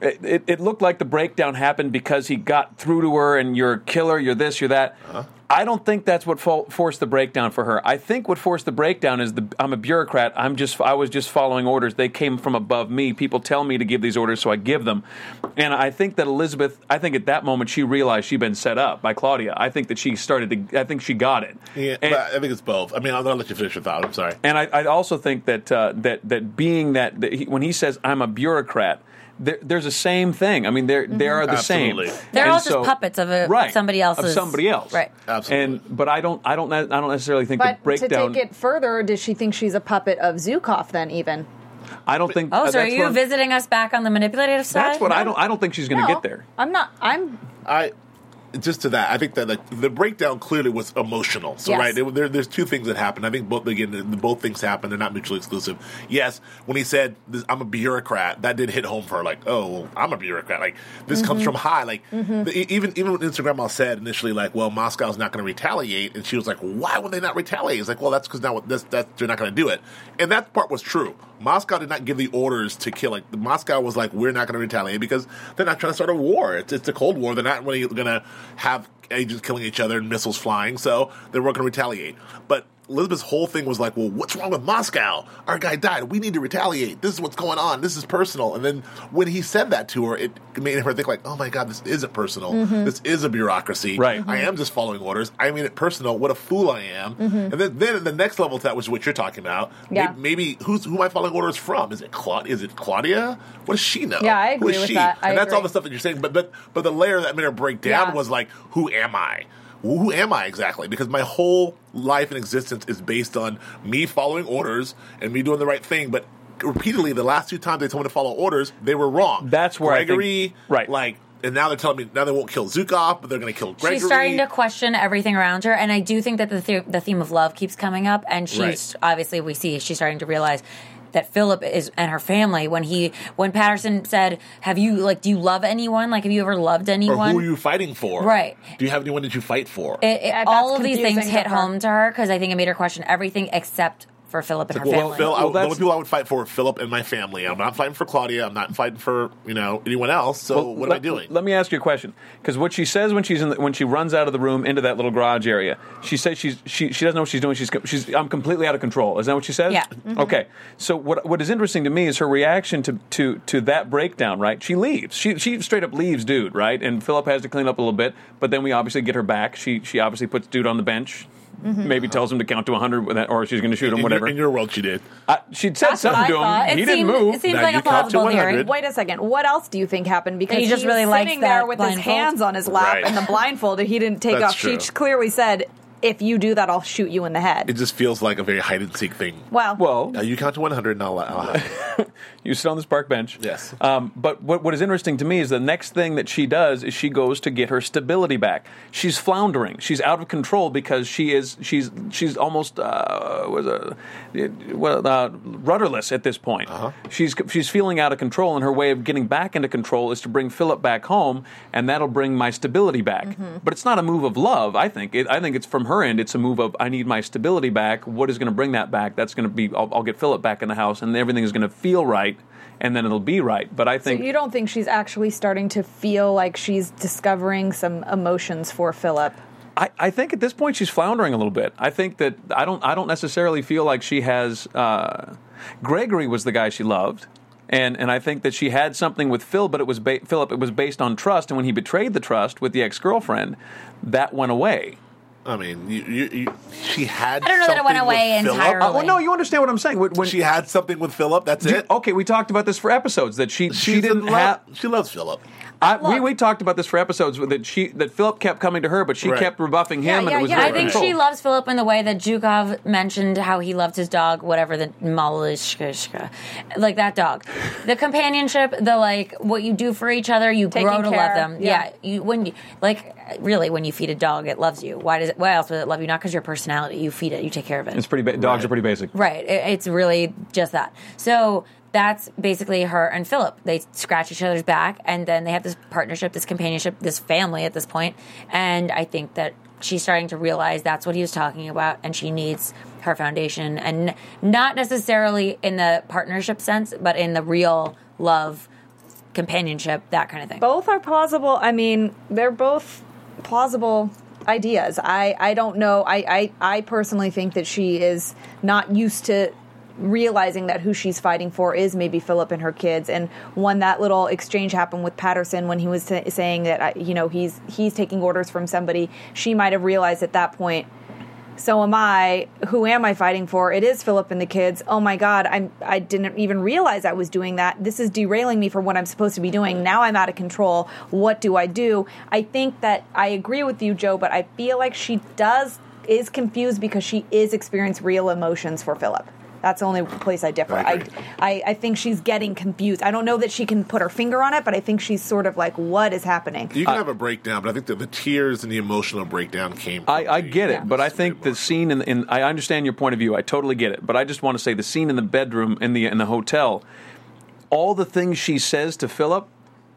[SPEAKER 4] It, it, it looked like the breakdown happened because he got through to her and you're a killer, you're this, you're that. I don't think that's what fo- forced the breakdown for her. I think what forced the breakdown is the I'm a bureaucrat. I'm just I was just following orders. They came from above me. People tell me to give these orders, so I give them. And I think that Elizabeth, I think at that moment she realized she'd been set up by Claudia. I think that she started to. I think she got it.
[SPEAKER 5] Yeah,
[SPEAKER 4] And-
[SPEAKER 5] but uh, I think it's both. I mean, I'll, I'll let you finish your thought. I'm sorry.
[SPEAKER 4] and I, I also think that uh, that that being that, that he, when he says I'm a bureaucrat, there, there's the same thing. I mean, they're they are the
[SPEAKER 5] Absolutely.
[SPEAKER 4] same.
[SPEAKER 6] Mm-hmm. They're
[SPEAKER 4] And
[SPEAKER 6] all just puppets of a-
[SPEAKER 4] right,
[SPEAKER 6] somebody else's-
[SPEAKER 4] Of somebody else.
[SPEAKER 6] Right.
[SPEAKER 5] Absolutely.
[SPEAKER 4] And but I don't I don't I don't necessarily think the
[SPEAKER 3] But to
[SPEAKER 4] breakdown.
[SPEAKER 3] take it further, does she think she's a puppet of Zukov then, even?
[SPEAKER 4] I don't think.
[SPEAKER 6] Oh,
[SPEAKER 4] uh,
[SPEAKER 6] so are
[SPEAKER 4] that's what
[SPEAKER 6] you
[SPEAKER 4] I'm-
[SPEAKER 6] visiting us back on the manipulative side?
[SPEAKER 4] That's what I don't. I don't think she's going to get there.
[SPEAKER 3] I'm not. I'm.
[SPEAKER 5] I just to that, I think that like the breakdown clearly was emotional. So
[SPEAKER 3] Yes.
[SPEAKER 5] right there, there- there's two things that happened. I think both again, both things happened. They're not mutually exclusive. Yes, when he said this, "I'm a bureaucrat," that did hit home for her. Like, oh, well, I'm a bureaucrat. Like this comes from high. Like the- e- even even when Instagram said initially, like, well, Moscow's not going to retaliate, and she was like, why would they not retaliate? It's like, well, that's because now that's, that's they're not going to do it, and that part was true. Moscow did not give the orders to kill. Like Moscow was like, we're not going to retaliate because they're not trying to start a war. It's it's a cold war. They're not really going to have agents killing each other and missiles flying, so they weren't going to retaliate. But Elizabeth's whole thing was like, well, what's wrong with Moscow? Our guy died. We need to retaliate. This is what's going on. This is personal. And then when he said that to her, it made her think like, oh my god, this isn't personal. This is a bureaucracy.
[SPEAKER 4] Right.
[SPEAKER 3] Mm-hmm.
[SPEAKER 5] I am just following orders. I mean it personal. What a fool I am. And then, then at the next level to that, which is what you're talking about,
[SPEAKER 3] Yeah.
[SPEAKER 5] may- maybe, who's who am I following orders from? Is it Claud- Is it Claudia? What does she know?
[SPEAKER 3] Yeah, I
[SPEAKER 5] Who is
[SPEAKER 3] agree with
[SPEAKER 5] she?
[SPEAKER 3] that. I
[SPEAKER 5] and that's all
[SPEAKER 3] agree.
[SPEAKER 5] the stuff that you're saying. But but but the layer that made her break down
[SPEAKER 3] Yeah.
[SPEAKER 5] was like, who am I? Who am I exactly? Because my whole life and existence is based on me following orders and me doing the right thing, but. Repeatedly, the last two times they told me to follow orders, they were wrong.
[SPEAKER 4] That's where I think-
[SPEAKER 5] Gregory,
[SPEAKER 4] right.
[SPEAKER 5] Like, and now they're telling me now they won't kill Zukov, but they're going to kill Gregory.
[SPEAKER 6] She's starting to question everything around her, and I do think that the the, the theme of love keeps coming up, and she's
[SPEAKER 5] Right.
[SPEAKER 6] obviously we see she's starting to realize that Philip is and her family. When he when Patterson said, "Have you like do you love anyone? Like have you ever loved
[SPEAKER 5] or
[SPEAKER 6] anyone?"
[SPEAKER 5] who are you fighting for?
[SPEAKER 6] Right.
[SPEAKER 5] Do you have anyone that you fight for?
[SPEAKER 6] It- it-
[SPEAKER 3] Yeah, that's
[SPEAKER 6] all of these
[SPEAKER 3] confusing
[SPEAKER 6] things hit
[SPEAKER 3] to her.
[SPEAKER 6] home to her because I think it made her question everything except for Philip and her
[SPEAKER 5] Well,
[SPEAKER 6] family.
[SPEAKER 5] Phil,
[SPEAKER 4] Well,
[SPEAKER 5] I, the only
[SPEAKER 4] that's-
[SPEAKER 5] people I would fight for are Philip and my family. I'm not fighting for Claudia. I'm not fighting for you know anyone else. So
[SPEAKER 4] Well,
[SPEAKER 5] what
[SPEAKER 4] let,
[SPEAKER 5] am I doing?
[SPEAKER 4] Let me ask you a question, because what she says when she's in the, when she runs out of the room into that little garage area, she says she's she, she doesn't know what she's doing. She's co- she's I'm completely out of control. Is that what she says? Mm-hmm.
[SPEAKER 6] Yeah. Mhm.
[SPEAKER 4] Okay. So what what is interesting to me is her reaction to to to that breakdown. Right? She leaves. She she straight up leaves, dude. Right? And Philip has to clean up a little bit, but then we obviously get her back. She she obviously puts dude on the bench.
[SPEAKER 6] Mm-hmm.
[SPEAKER 4] Maybe tells him to count to 100 with that, or she's going to shoot him,
[SPEAKER 5] in,
[SPEAKER 4] whatever.
[SPEAKER 5] Your, in your world, she did.
[SPEAKER 4] I, she'd said
[SPEAKER 3] That's what
[SPEAKER 4] something
[SPEAKER 3] I
[SPEAKER 4] to him.
[SPEAKER 3] thought.
[SPEAKER 6] It
[SPEAKER 4] he didn't
[SPEAKER 6] seemed-
[SPEAKER 4] move.
[SPEAKER 6] It seems
[SPEAKER 5] Now
[SPEAKER 6] like
[SPEAKER 5] you
[SPEAKER 6] a
[SPEAKER 5] count to
[SPEAKER 6] plausible theory.
[SPEAKER 5] 100.
[SPEAKER 3] Wait a second. What else do you think happened? Because
[SPEAKER 6] he just
[SPEAKER 3] he's
[SPEAKER 6] really likes
[SPEAKER 3] sitting
[SPEAKER 6] that
[SPEAKER 3] there with his
[SPEAKER 6] blindfold.
[SPEAKER 3] hands on his lap
[SPEAKER 5] Right.
[SPEAKER 3] and the blindfold. He didn't take
[SPEAKER 5] That's
[SPEAKER 3] off.
[SPEAKER 5] true.
[SPEAKER 3] She clearly said, "If you do that, I'll shoot you in the head."
[SPEAKER 5] It just feels like a very hide and seek thing.
[SPEAKER 3] well,
[SPEAKER 4] Well,
[SPEAKER 5] Now you count to 100, and I'll, I'll hide.
[SPEAKER 4] You sit on this park bench.
[SPEAKER 5] Yes.
[SPEAKER 4] Um, but what, what is interesting to me is the next thing that she does is she goes to get her stability back. She's floundering. She's out of control because she is she's she's almost uh, was a well uh, rudderless at this point. She's she's feeling out of control, and her way of getting back into control is to bring Philip back home, and that'll bring my stability back. But it's not a move of love. I think it, I think it's from her end. It's a move of I need my stability back. What is going to bring that back? That's going to be I'll, I'll get Philip back in the house, and everything is going to feel right, and then it'll be right. But I think
[SPEAKER 3] you don't think she's actually starting to feel like she's discovering some emotions for Philip?
[SPEAKER 4] I, I think at this point she's floundering a little bit. I think that I don't I don't necessarily feel like she has. Uh, Gregory was the guy she loved, and and I think that she had something with Phil, but it was ba- Philip. It was based on trust, and when he betrayed the trust with the ex girlfriend, that went away.
[SPEAKER 5] I mean, you, you, you, she had.
[SPEAKER 6] I don't know that it went
[SPEAKER 5] something with
[SPEAKER 6] away
[SPEAKER 5] Philip. Oh,
[SPEAKER 6] entirely.
[SPEAKER 4] Uh, well, no, you understand what I'm saying. When, when
[SPEAKER 5] She had something with Philip. That's
[SPEAKER 4] Do you-
[SPEAKER 5] it.
[SPEAKER 4] okay, we talked about this for episodes that she she
[SPEAKER 5] She's in
[SPEAKER 4] didn't
[SPEAKER 5] love.
[SPEAKER 4] have.
[SPEAKER 5] She loves Philip.
[SPEAKER 4] I, we we talked about this for episodes that she that Philip kept coming to her, but she
[SPEAKER 5] Right. Oh.
[SPEAKER 4] kept rebuffing him,
[SPEAKER 3] Yeah,
[SPEAKER 4] and
[SPEAKER 3] yeah,
[SPEAKER 4] it was
[SPEAKER 3] yeah.
[SPEAKER 4] very
[SPEAKER 6] I think
[SPEAKER 4] controlled.
[SPEAKER 6] she loves Philip in the way that Zhukov mentioned how he loved his dog, whatever the Malishka, like that dog. The companionship, the like, what you do for each other, you
[SPEAKER 3] Taking
[SPEAKER 6] grow to
[SPEAKER 3] care,
[SPEAKER 6] love them.
[SPEAKER 3] yeah.
[SPEAKER 6] Yeah. you when you like really when you feed a dog, it loves you. Why does it? Why else would it love you? Not because your personality. You feed it. You take care of it.
[SPEAKER 4] It's pretty. Ba- dogs are pretty basic.
[SPEAKER 6] Right. It, it's really just that. So that's basically her and Philip. They scratch each other's back, and then they have this partnership, this companionship, this family at this point. And I think that she's starting to realize that's what he was talking about, and she needs her foundation, and n- not necessarily in the partnership sense, but in the real love, companionship, that kind of thing.
[SPEAKER 3] Both are plausible. I mean, they're both plausible ideas. I, I don't know. I, I, I personally think that she is not used to realizing that who she's fighting for is maybe Philip and her kids. And when that little exchange happened with Patterson, when he was sa- saying that, I- you know, he's, he's taking orders from somebody, she might have realized at that point, so am I. Who am I fighting for? It is Philip and the kids. Oh my God, I'm. I didn't even realize I was doing that. This is derailing me from what I'm supposed to be doing. Now I'm out of control. What do I do? I think that I agree with you, Joe, but I feel like she does is confused because she is experiencing real emotions for Philip. That's the only place I differ.
[SPEAKER 5] I
[SPEAKER 3] I,
[SPEAKER 5] agree.
[SPEAKER 3] I, I think she's getting confused. I don't know that she can put her finger on it, but I think she's sort of like, what is happening?
[SPEAKER 5] You can have a breakdown, but I think that the tears and the emotional breakdown came. from
[SPEAKER 4] I, I
[SPEAKER 5] the-
[SPEAKER 4] get it, but I think the scene in, in I understand your point of view. I totally get it, but I just want to say the scene in the bedroom in the in the hotel, all the things she says to Philip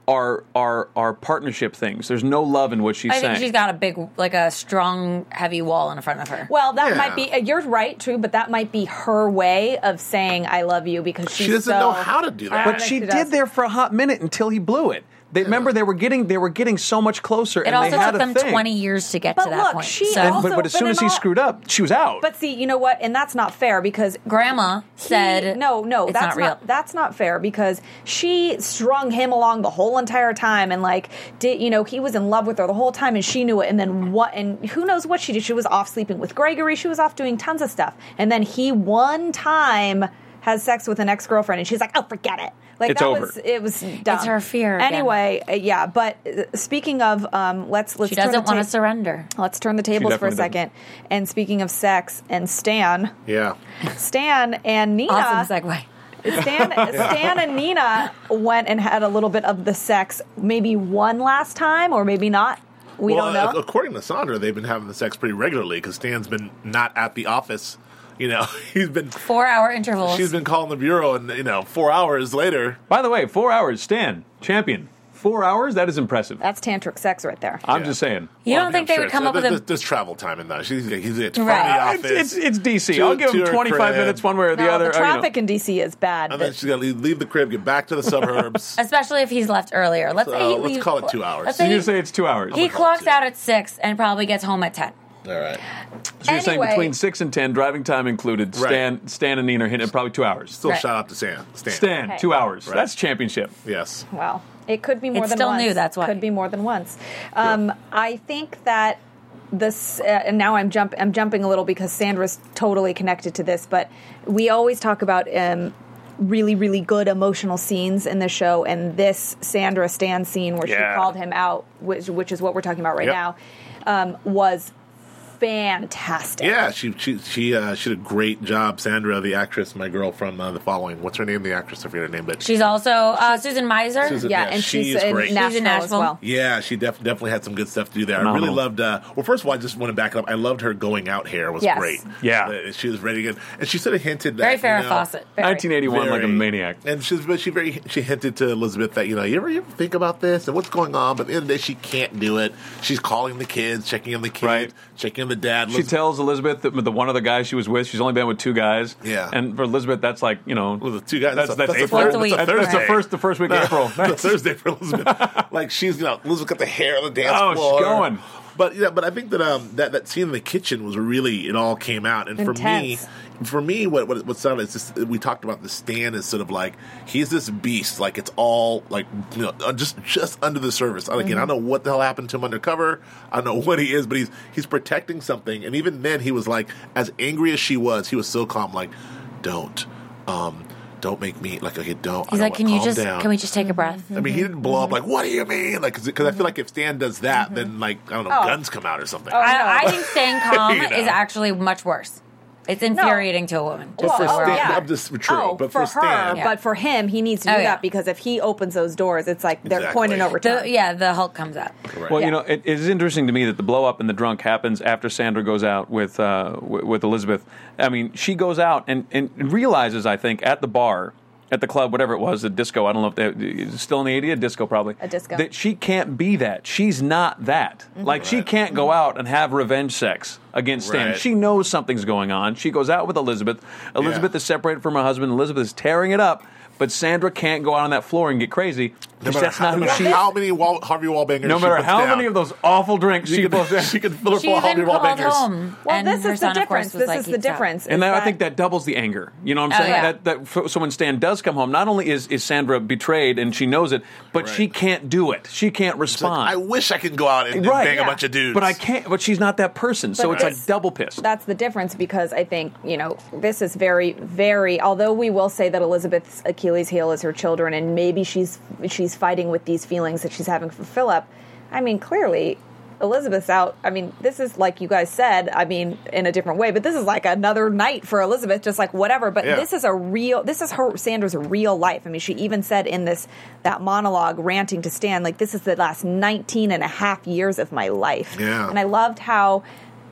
[SPEAKER 4] are are are partnership things. There's no love in what she's
[SPEAKER 6] I
[SPEAKER 4] saying.
[SPEAKER 6] think she's got a big, like a strong, heavy wall in front of her.
[SPEAKER 3] Well, that
[SPEAKER 5] Yeah.
[SPEAKER 3] might be. uh, You're right, true, but that might be her way of saying "I love you" because she's
[SPEAKER 5] She doesn't
[SPEAKER 3] so-
[SPEAKER 5] know how to do that.
[SPEAKER 3] I don't
[SPEAKER 4] but
[SPEAKER 3] think
[SPEAKER 4] she
[SPEAKER 3] does.
[SPEAKER 4] did there for a hot minute until he blew it. They remember they were getting they were getting so much closer.
[SPEAKER 6] it
[SPEAKER 4] and
[SPEAKER 6] also
[SPEAKER 4] they had
[SPEAKER 6] took
[SPEAKER 4] a
[SPEAKER 6] them
[SPEAKER 4] thing.
[SPEAKER 6] 20 years to get
[SPEAKER 3] But
[SPEAKER 6] to that
[SPEAKER 3] look,
[SPEAKER 6] point.
[SPEAKER 3] she
[SPEAKER 6] so,
[SPEAKER 3] also-
[SPEAKER 4] But, but as soon
[SPEAKER 3] but
[SPEAKER 4] as
[SPEAKER 3] in
[SPEAKER 4] he
[SPEAKER 3] all-
[SPEAKER 4] screwed up, she was out.
[SPEAKER 3] But see, you know what? And that's not fair because
[SPEAKER 6] Grandma
[SPEAKER 3] he-
[SPEAKER 6] said,
[SPEAKER 3] "No, no,
[SPEAKER 6] it's
[SPEAKER 3] that's
[SPEAKER 6] not real."
[SPEAKER 3] that's not fair because she strung him along the whole entire time and like did you know he was in love with her the whole time and she knew it and then what and who knows what she did? She was off sleeping with Gregory. She was off doing tons of stuff and then he one time has sex with an ex girlfriend and she's like, "Oh, forget it." Like
[SPEAKER 4] It's
[SPEAKER 3] that
[SPEAKER 4] over.
[SPEAKER 3] was it was dumb.
[SPEAKER 6] her fear again.
[SPEAKER 3] Anyway, uh, yeah. But uh, speaking of, um, let's let's
[SPEAKER 6] she
[SPEAKER 3] turn the
[SPEAKER 6] doesn't want to
[SPEAKER 3] ta-
[SPEAKER 6] surrender.
[SPEAKER 3] Let's turn the tables for a
[SPEAKER 4] definitely doesn't.
[SPEAKER 3] 2nd And speaking of sex and Stan,
[SPEAKER 5] yeah.
[SPEAKER 3] Stan and Nina,
[SPEAKER 6] Awesome segue.
[SPEAKER 3] Stan, Stan and Nina went and had a little bit of the sex, maybe one last time or maybe not. We
[SPEAKER 5] well,
[SPEAKER 3] don't know.
[SPEAKER 5] a- according to Sandra, they've been having the sex pretty regularly because Stan's been not at the office. You know, he's been
[SPEAKER 6] Four hour intervals.
[SPEAKER 5] she's been calling the bureau, and you know, four hours later,
[SPEAKER 4] By the way, four hours, Stan, champion. Four hours? That is impressive.
[SPEAKER 3] That's tantric sex right there.
[SPEAKER 4] I'm
[SPEAKER 5] Yeah.
[SPEAKER 4] just saying.
[SPEAKER 6] you
[SPEAKER 5] Well, I
[SPEAKER 6] don't
[SPEAKER 5] mean,
[SPEAKER 6] think they
[SPEAKER 5] I'm
[SPEAKER 6] would
[SPEAKER 5] sure
[SPEAKER 6] come up
[SPEAKER 5] it's-
[SPEAKER 6] with a
[SPEAKER 5] there's, there's travel time in that. She's he's it's from
[SPEAKER 6] Right.
[SPEAKER 5] the office.
[SPEAKER 4] It's, it's, it's DC.
[SPEAKER 5] to-
[SPEAKER 4] I'll give
[SPEAKER 5] to
[SPEAKER 4] him
[SPEAKER 5] her
[SPEAKER 4] 25
[SPEAKER 5] crib.
[SPEAKER 4] minutes one way or the
[SPEAKER 3] No,
[SPEAKER 4] other.
[SPEAKER 3] the
[SPEAKER 4] or, you know.
[SPEAKER 3] traffic in DC is bad.
[SPEAKER 5] and
[SPEAKER 3] but-
[SPEAKER 5] then she's got to leave, leave the crib, get back to the suburbs.
[SPEAKER 6] especially if he's left earlier. Let's say
[SPEAKER 5] So,
[SPEAKER 6] he
[SPEAKER 5] let's
[SPEAKER 6] leaves-
[SPEAKER 5] call it two hours.
[SPEAKER 6] Let's
[SPEAKER 4] So
[SPEAKER 6] say
[SPEAKER 4] you
[SPEAKER 6] he,
[SPEAKER 4] say it's two hours.
[SPEAKER 6] he
[SPEAKER 5] gonna call it
[SPEAKER 6] clocks
[SPEAKER 5] two.
[SPEAKER 6] out at six and probably gets home at ten.
[SPEAKER 5] All right.
[SPEAKER 4] So you're saying
[SPEAKER 3] Anyway.
[SPEAKER 4] between six and ten, driving time included,
[SPEAKER 5] Right.
[SPEAKER 4] Stan, Stan and Nina are hitting it probably two hours.
[SPEAKER 5] Still
[SPEAKER 6] Right.
[SPEAKER 5] shout out to Stan. Stan.
[SPEAKER 4] Stan,
[SPEAKER 3] Okay.
[SPEAKER 4] two hours.
[SPEAKER 5] Right.
[SPEAKER 4] That's championship.
[SPEAKER 5] Yes.
[SPEAKER 3] Well, it could be more
[SPEAKER 6] It's
[SPEAKER 3] than
[SPEAKER 6] still
[SPEAKER 3] once.
[SPEAKER 6] new, that's why.
[SPEAKER 3] could be more than once. Um, I think that this, uh, and now I'm jump, I'm jumping a little because Sandra's totally connected to this, but we always talk about. Um, Really, really good emotional scenes in the show, and this Sandra Stan scene where
[SPEAKER 4] Yeah.
[SPEAKER 3] she called him out, which, which is what we're talking about right
[SPEAKER 5] Yep.
[SPEAKER 3] now, um, was fantastic.
[SPEAKER 5] Yeah, she she she uh, she did a great job. Sandra, the actress, my girl from uh, the following. What's her name? The actress, I forget her name, but
[SPEAKER 6] She's also uh, Susan Miser.
[SPEAKER 5] Susan-
[SPEAKER 3] yeah,
[SPEAKER 5] yeah,
[SPEAKER 3] and
[SPEAKER 5] she
[SPEAKER 3] she's
[SPEAKER 5] is
[SPEAKER 3] in
[SPEAKER 5] great. She's
[SPEAKER 3] Nashville,
[SPEAKER 5] in
[SPEAKER 3] as
[SPEAKER 6] Nashville.
[SPEAKER 3] well.
[SPEAKER 5] Yeah, she def- definitely had some good stuff to do there. I
[SPEAKER 4] Phenomenal.
[SPEAKER 5] really loved. Uh, well, first of all, I just want to back it up. I loved her going out hair. was
[SPEAKER 3] Yes.
[SPEAKER 5] great.
[SPEAKER 4] Yeah.
[SPEAKER 5] Uh, she was ready again, and she sort of hinted that
[SPEAKER 6] Very
[SPEAKER 5] you
[SPEAKER 6] Farrah
[SPEAKER 5] know,
[SPEAKER 6] Fawcett. Very.
[SPEAKER 4] 1981, like a
[SPEAKER 5] very-
[SPEAKER 4] maniac.
[SPEAKER 5] And she, was- but she very she hinted to Elizabeth that you know you ever, you ever think about this and what's going on, but at the end of the day she can't do it. She's calling the kids, checking on the kids,
[SPEAKER 4] Right.
[SPEAKER 5] checking on the dad.
[SPEAKER 4] She tells Elizabeth that the one other guy she was with, she's only been with two guys.
[SPEAKER 5] Yeah.
[SPEAKER 4] And for Elizabeth, that's like you know,
[SPEAKER 5] Well, the two guys.
[SPEAKER 4] That's that's,
[SPEAKER 5] a-
[SPEAKER 4] April.
[SPEAKER 6] Once a week.
[SPEAKER 4] That's- that's the
[SPEAKER 5] Thursday.
[SPEAKER 4] first the first week of April.
[SPEAKER 5] the Thursday for Elizabeth. like she's you know Elizabeth got the hair on the dance
[SPEAKER 4] Oh, she's
[SPEAKER 5] floor.
[SPEAKER 4] going.
[SPEAKER 5] But yeah, but I think that um that, that scene in the kitchen was really it all came out, and
[SPEAKER 3] Intense.
[SPEAKER 5] for me, for me, what what what sounded is just we talked about the Stan is sort of like he's this beast, like it's all like you know uh, just just under the surface. Again, I don't know what the hell happened to him undercover. I don't know what he is, but he's he's protecting something, and even then he was like as angry as she was, he was so calm, like don't. um don't make me like okay. Don't. I
[SPEAKER 6] He's
[SPEAKER 5] don't
[SPEAKER 6] like,
[SPEAKER 5] want-
[SPEAKER 6] can you
[SPEAKER 5] calm
[SPEAKER 6] just?
[SPEAKER 5] down."
[SPEAKER 6] Can we just Mhm. Mm-hmm. take a breath?
[SPEAKER 5] I mean, he didn't blow up like, what do you mean? Like, because I feel like if Stan does that,
[SPEAKER 6] Mm-hmm.
[SPEAKER 5] then, like, I don't know,
[SPEAKER 6] Oh.
[SPEAKER 5] guns come out or something.
[SPEAKER 3] Oh,
[SPEAKER 6] I, I think staying calm
[SPEAKER 5] You know.
[SPEAKER 6] is actually much worse. It's infuriating to a woman. Just
[SPEAKER 5] Well,
[SPEAKER 6] so
[SPEAKER 5] for
[SPEAKER 6] we're all
[SPEAKER 5] Stan-
[SPEAKER 6] clear.
[SPEAKER 5] I'm just- true,
[SPEAKER 3] Oh,
[SPEAKER 5] but
[SPEAKER 3] for,
[SPEAKER 5] for Stan-
[SPEAKER 3] her, but for him, he needs to
[SPEAKER 6] Oh,
[SPEAKER 3] do
[SPEAKER 6] yeah.
[SPEAKER 3] that because if he opens those doors, it's like they're
[SPEAKER 5] Exactly.
[SPEAKER 3] pointing over to
[SPEAKER 6] The, yeah, the Hulk comes out.
[SPEAKER 4] Well,
[SPEAKER 3] Yeah.
[SPEAKER 4] you know, it, it is interesting to me that the blow up and the drunk happens after Sandra goes out with uh, w- with Elizabeth. I mean, she goes out and, and realizes, I think, at the bar, at the club, whatever it was, the disco. I don't know if they it's still in the eighty, a disco probably.
[SPEAKER 3] A disco. Mm-hmm.
[SPEAKER 4] That she can't be that. She's not that. Like she can't go out and have revenge sex against Stan.
[SPEAKER 5] Right.
[SPEAKER 4] She knows something's going on. She goes out with Elizabeth. Elizabeth is separated from her husband. Elizabeth is tearing it up. But Sandra can't go out on that floor and get crazy.
[SPEAKER 5] No
[SPEAKER 4] 'cause
[SPEAKER 5] matter,
[SPEAKER 4] that's
[SPEAKER 5] how,
[SPEAKER 4] not
[SPEAKER 5] no
[SPEAKER 4] who
[SPEAKER 5] matter
[SPEAKER 4] she.
[SPEAKER 5] how many Wal- Harvey Wallbangers
[SPEAKER 4] No
[SPEAKER 5] she
[SPEAKER 4] matter
[SPEAKER 5] puts
[SPEAKER 4] how
[SPEAKER 5] down,
[SPEAKER 4] many of those awful drinks she,
[SPEAKER 5] she
[SPEAKER 4] pulls
[SPEAKER 5] can,
[SPEAKER 4] down.
[SPEAKER 5] she can fill her
[SPEAKER 6] She
[SPEAKER 5] full of Harvey
[SPEAKER 6] even called
[SPEAKER 5] Wallbangers.
[SPEAKER 6] home.
[SPEAKER 3] Well,
[SPEAKER 6] and
[SPEAKER 3] this
[SPEAKER 6] her
[SPEAKER 3] is the
[SPEAKER 6] son, of
[SPEAKER 3] difference.
[SPEAKER 6] course, was,
[SPEAKER 3] This
[SPEAKER 6] like,
[SPEAKER 3] is the
[SPEAKER 6] geeked out.
[SPEAKER 3] difference.
[SPEAKER 4] And
[SPEAKER 3] is
[SPEAKER 4] that, I think that doubles the anger. You know what I'm
[SPEAKER 6] Oh,
[SPEAKER 4] saying?
[SPEAKER 6] yeah.
[SPEAKER 4] That, that f- so when Stan does come home, not only is, is Sandra betrayed and she knows it, but
[SPEAKER 5] Right.
[SPEAKER 4] she can't do it. She can't
[SPEAKER 5] It's like,
[SPEAKER 4] respond.
[SPEAKER 5] I wish I could go out and, and
[SPEAKER 4] right,
[SPEAKER 5] bang
[SPEAKER 4] Yeah.
[SPEAKER 5] a bunch of dudes.
[SPEAKER 4] But I can't. But she's not that person, so
[SPEAKER 3] But
[SPEAKER 4] it's like
[SPEAKER 3] this-
[SPEAKER 4] double pissed.
[SPEAKER 3] that's the difference because I think, you know, this is very, very, although we will say that Elizabeth's Achilles heel is her children and maybe she's she's fighting with these feelings that she's having for Philip. I mean, clearly Elizabeth's out. I mean, this is like you guys said, I mean, in a different way, but this is like another night for Elizabeth, just like whatever. But
[SPEAKER 5] Yeah.
[SPEAKER 3] this is a real, this is her, Sandra's real life. I mean, she even said in this, that monologue ranting to Stan, like, this is the last 19 and a half years of my life.
[SPEAKER 5] Yeah.
[SPEAKER 3] And I loved how,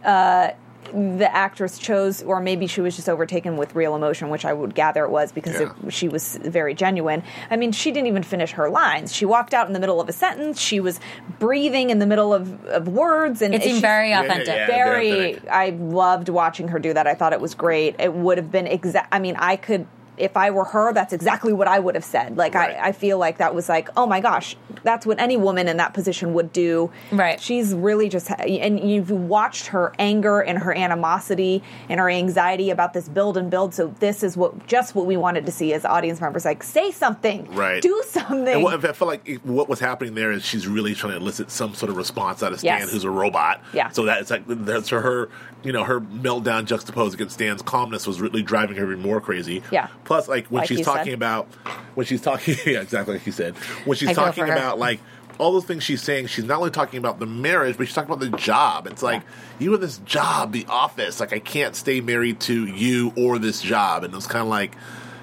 [SPEAKER 3] uh, the actress chose, or maybe she was just overtaken with real emotion, which I would gather it was because
[SPEAKER 5] Yeah.
[SPEAKER 3] it, she was very genuine. I mean, she didn't even finish her lines. She walked out in the middle of a sentence. She was breathing in the middle of, of words, and
[SPEAKER 6] It seemed
[SPEAKER 3] she's
[SPEAKER 6] very
[SPEAKER 5] Yeah,
[SPEAKER 6] authentic.
[SPEAKER 5] yeah, yeah.
[SPEAKER 3] very.
[SPEAKER 5] authentic.
[SPEAKER 3] I loved watching her do that. I thought it was great. It would have been exact. I mean, I could. If I were her, that's exactly what I would have said. Like
[SPEAKER 5] Right.
[SPEAKER 3] I, I feel like that was like, oh my gosh, that's what any woman in that position would do.
[SPEAKER 6] Right.
[SPEAKER 3] She she's really just and you've watched her anger and her animosity and her anxiety about this build and build so this is what just what we wanted to see as audience members like say something
[SPEAKER 5] Right.
[SPEAKER 3] do something
[SPEAKER 5] And what, I felt like it- what was happening there is she's really trying to elicit some sort of response out of Stan,
[SPEAKER 3] Yes.
[SPEAKER 5] who's a robot.
[SPEAKER 3] Yeah.
[SPEAKER 5] So that it's like that's her, you know, her meltdown juxtaposed against Stan's calmness was really driving her even more crazy.
[SPEAKER 3] Yeah.
[SPEAKER 5] Plus, like when
[SPEAKER 3] Like
[SPEAKER 5] she's
[SPEAKER 3] you said.
[SPEAKER 5] talking about when she's talking, yeah, exactly like you said, when she's
[SPEAKER 6] I feel
[SPEAKER 5] talking
[SPEAKER 6] for her.
[SPEAKER 5] about like. All those things she's saying, she's not only talking about the marriage, but she's talking about the job. It's like you have this job, the office. Like I can't stay married to you or this job. And it was kind of like,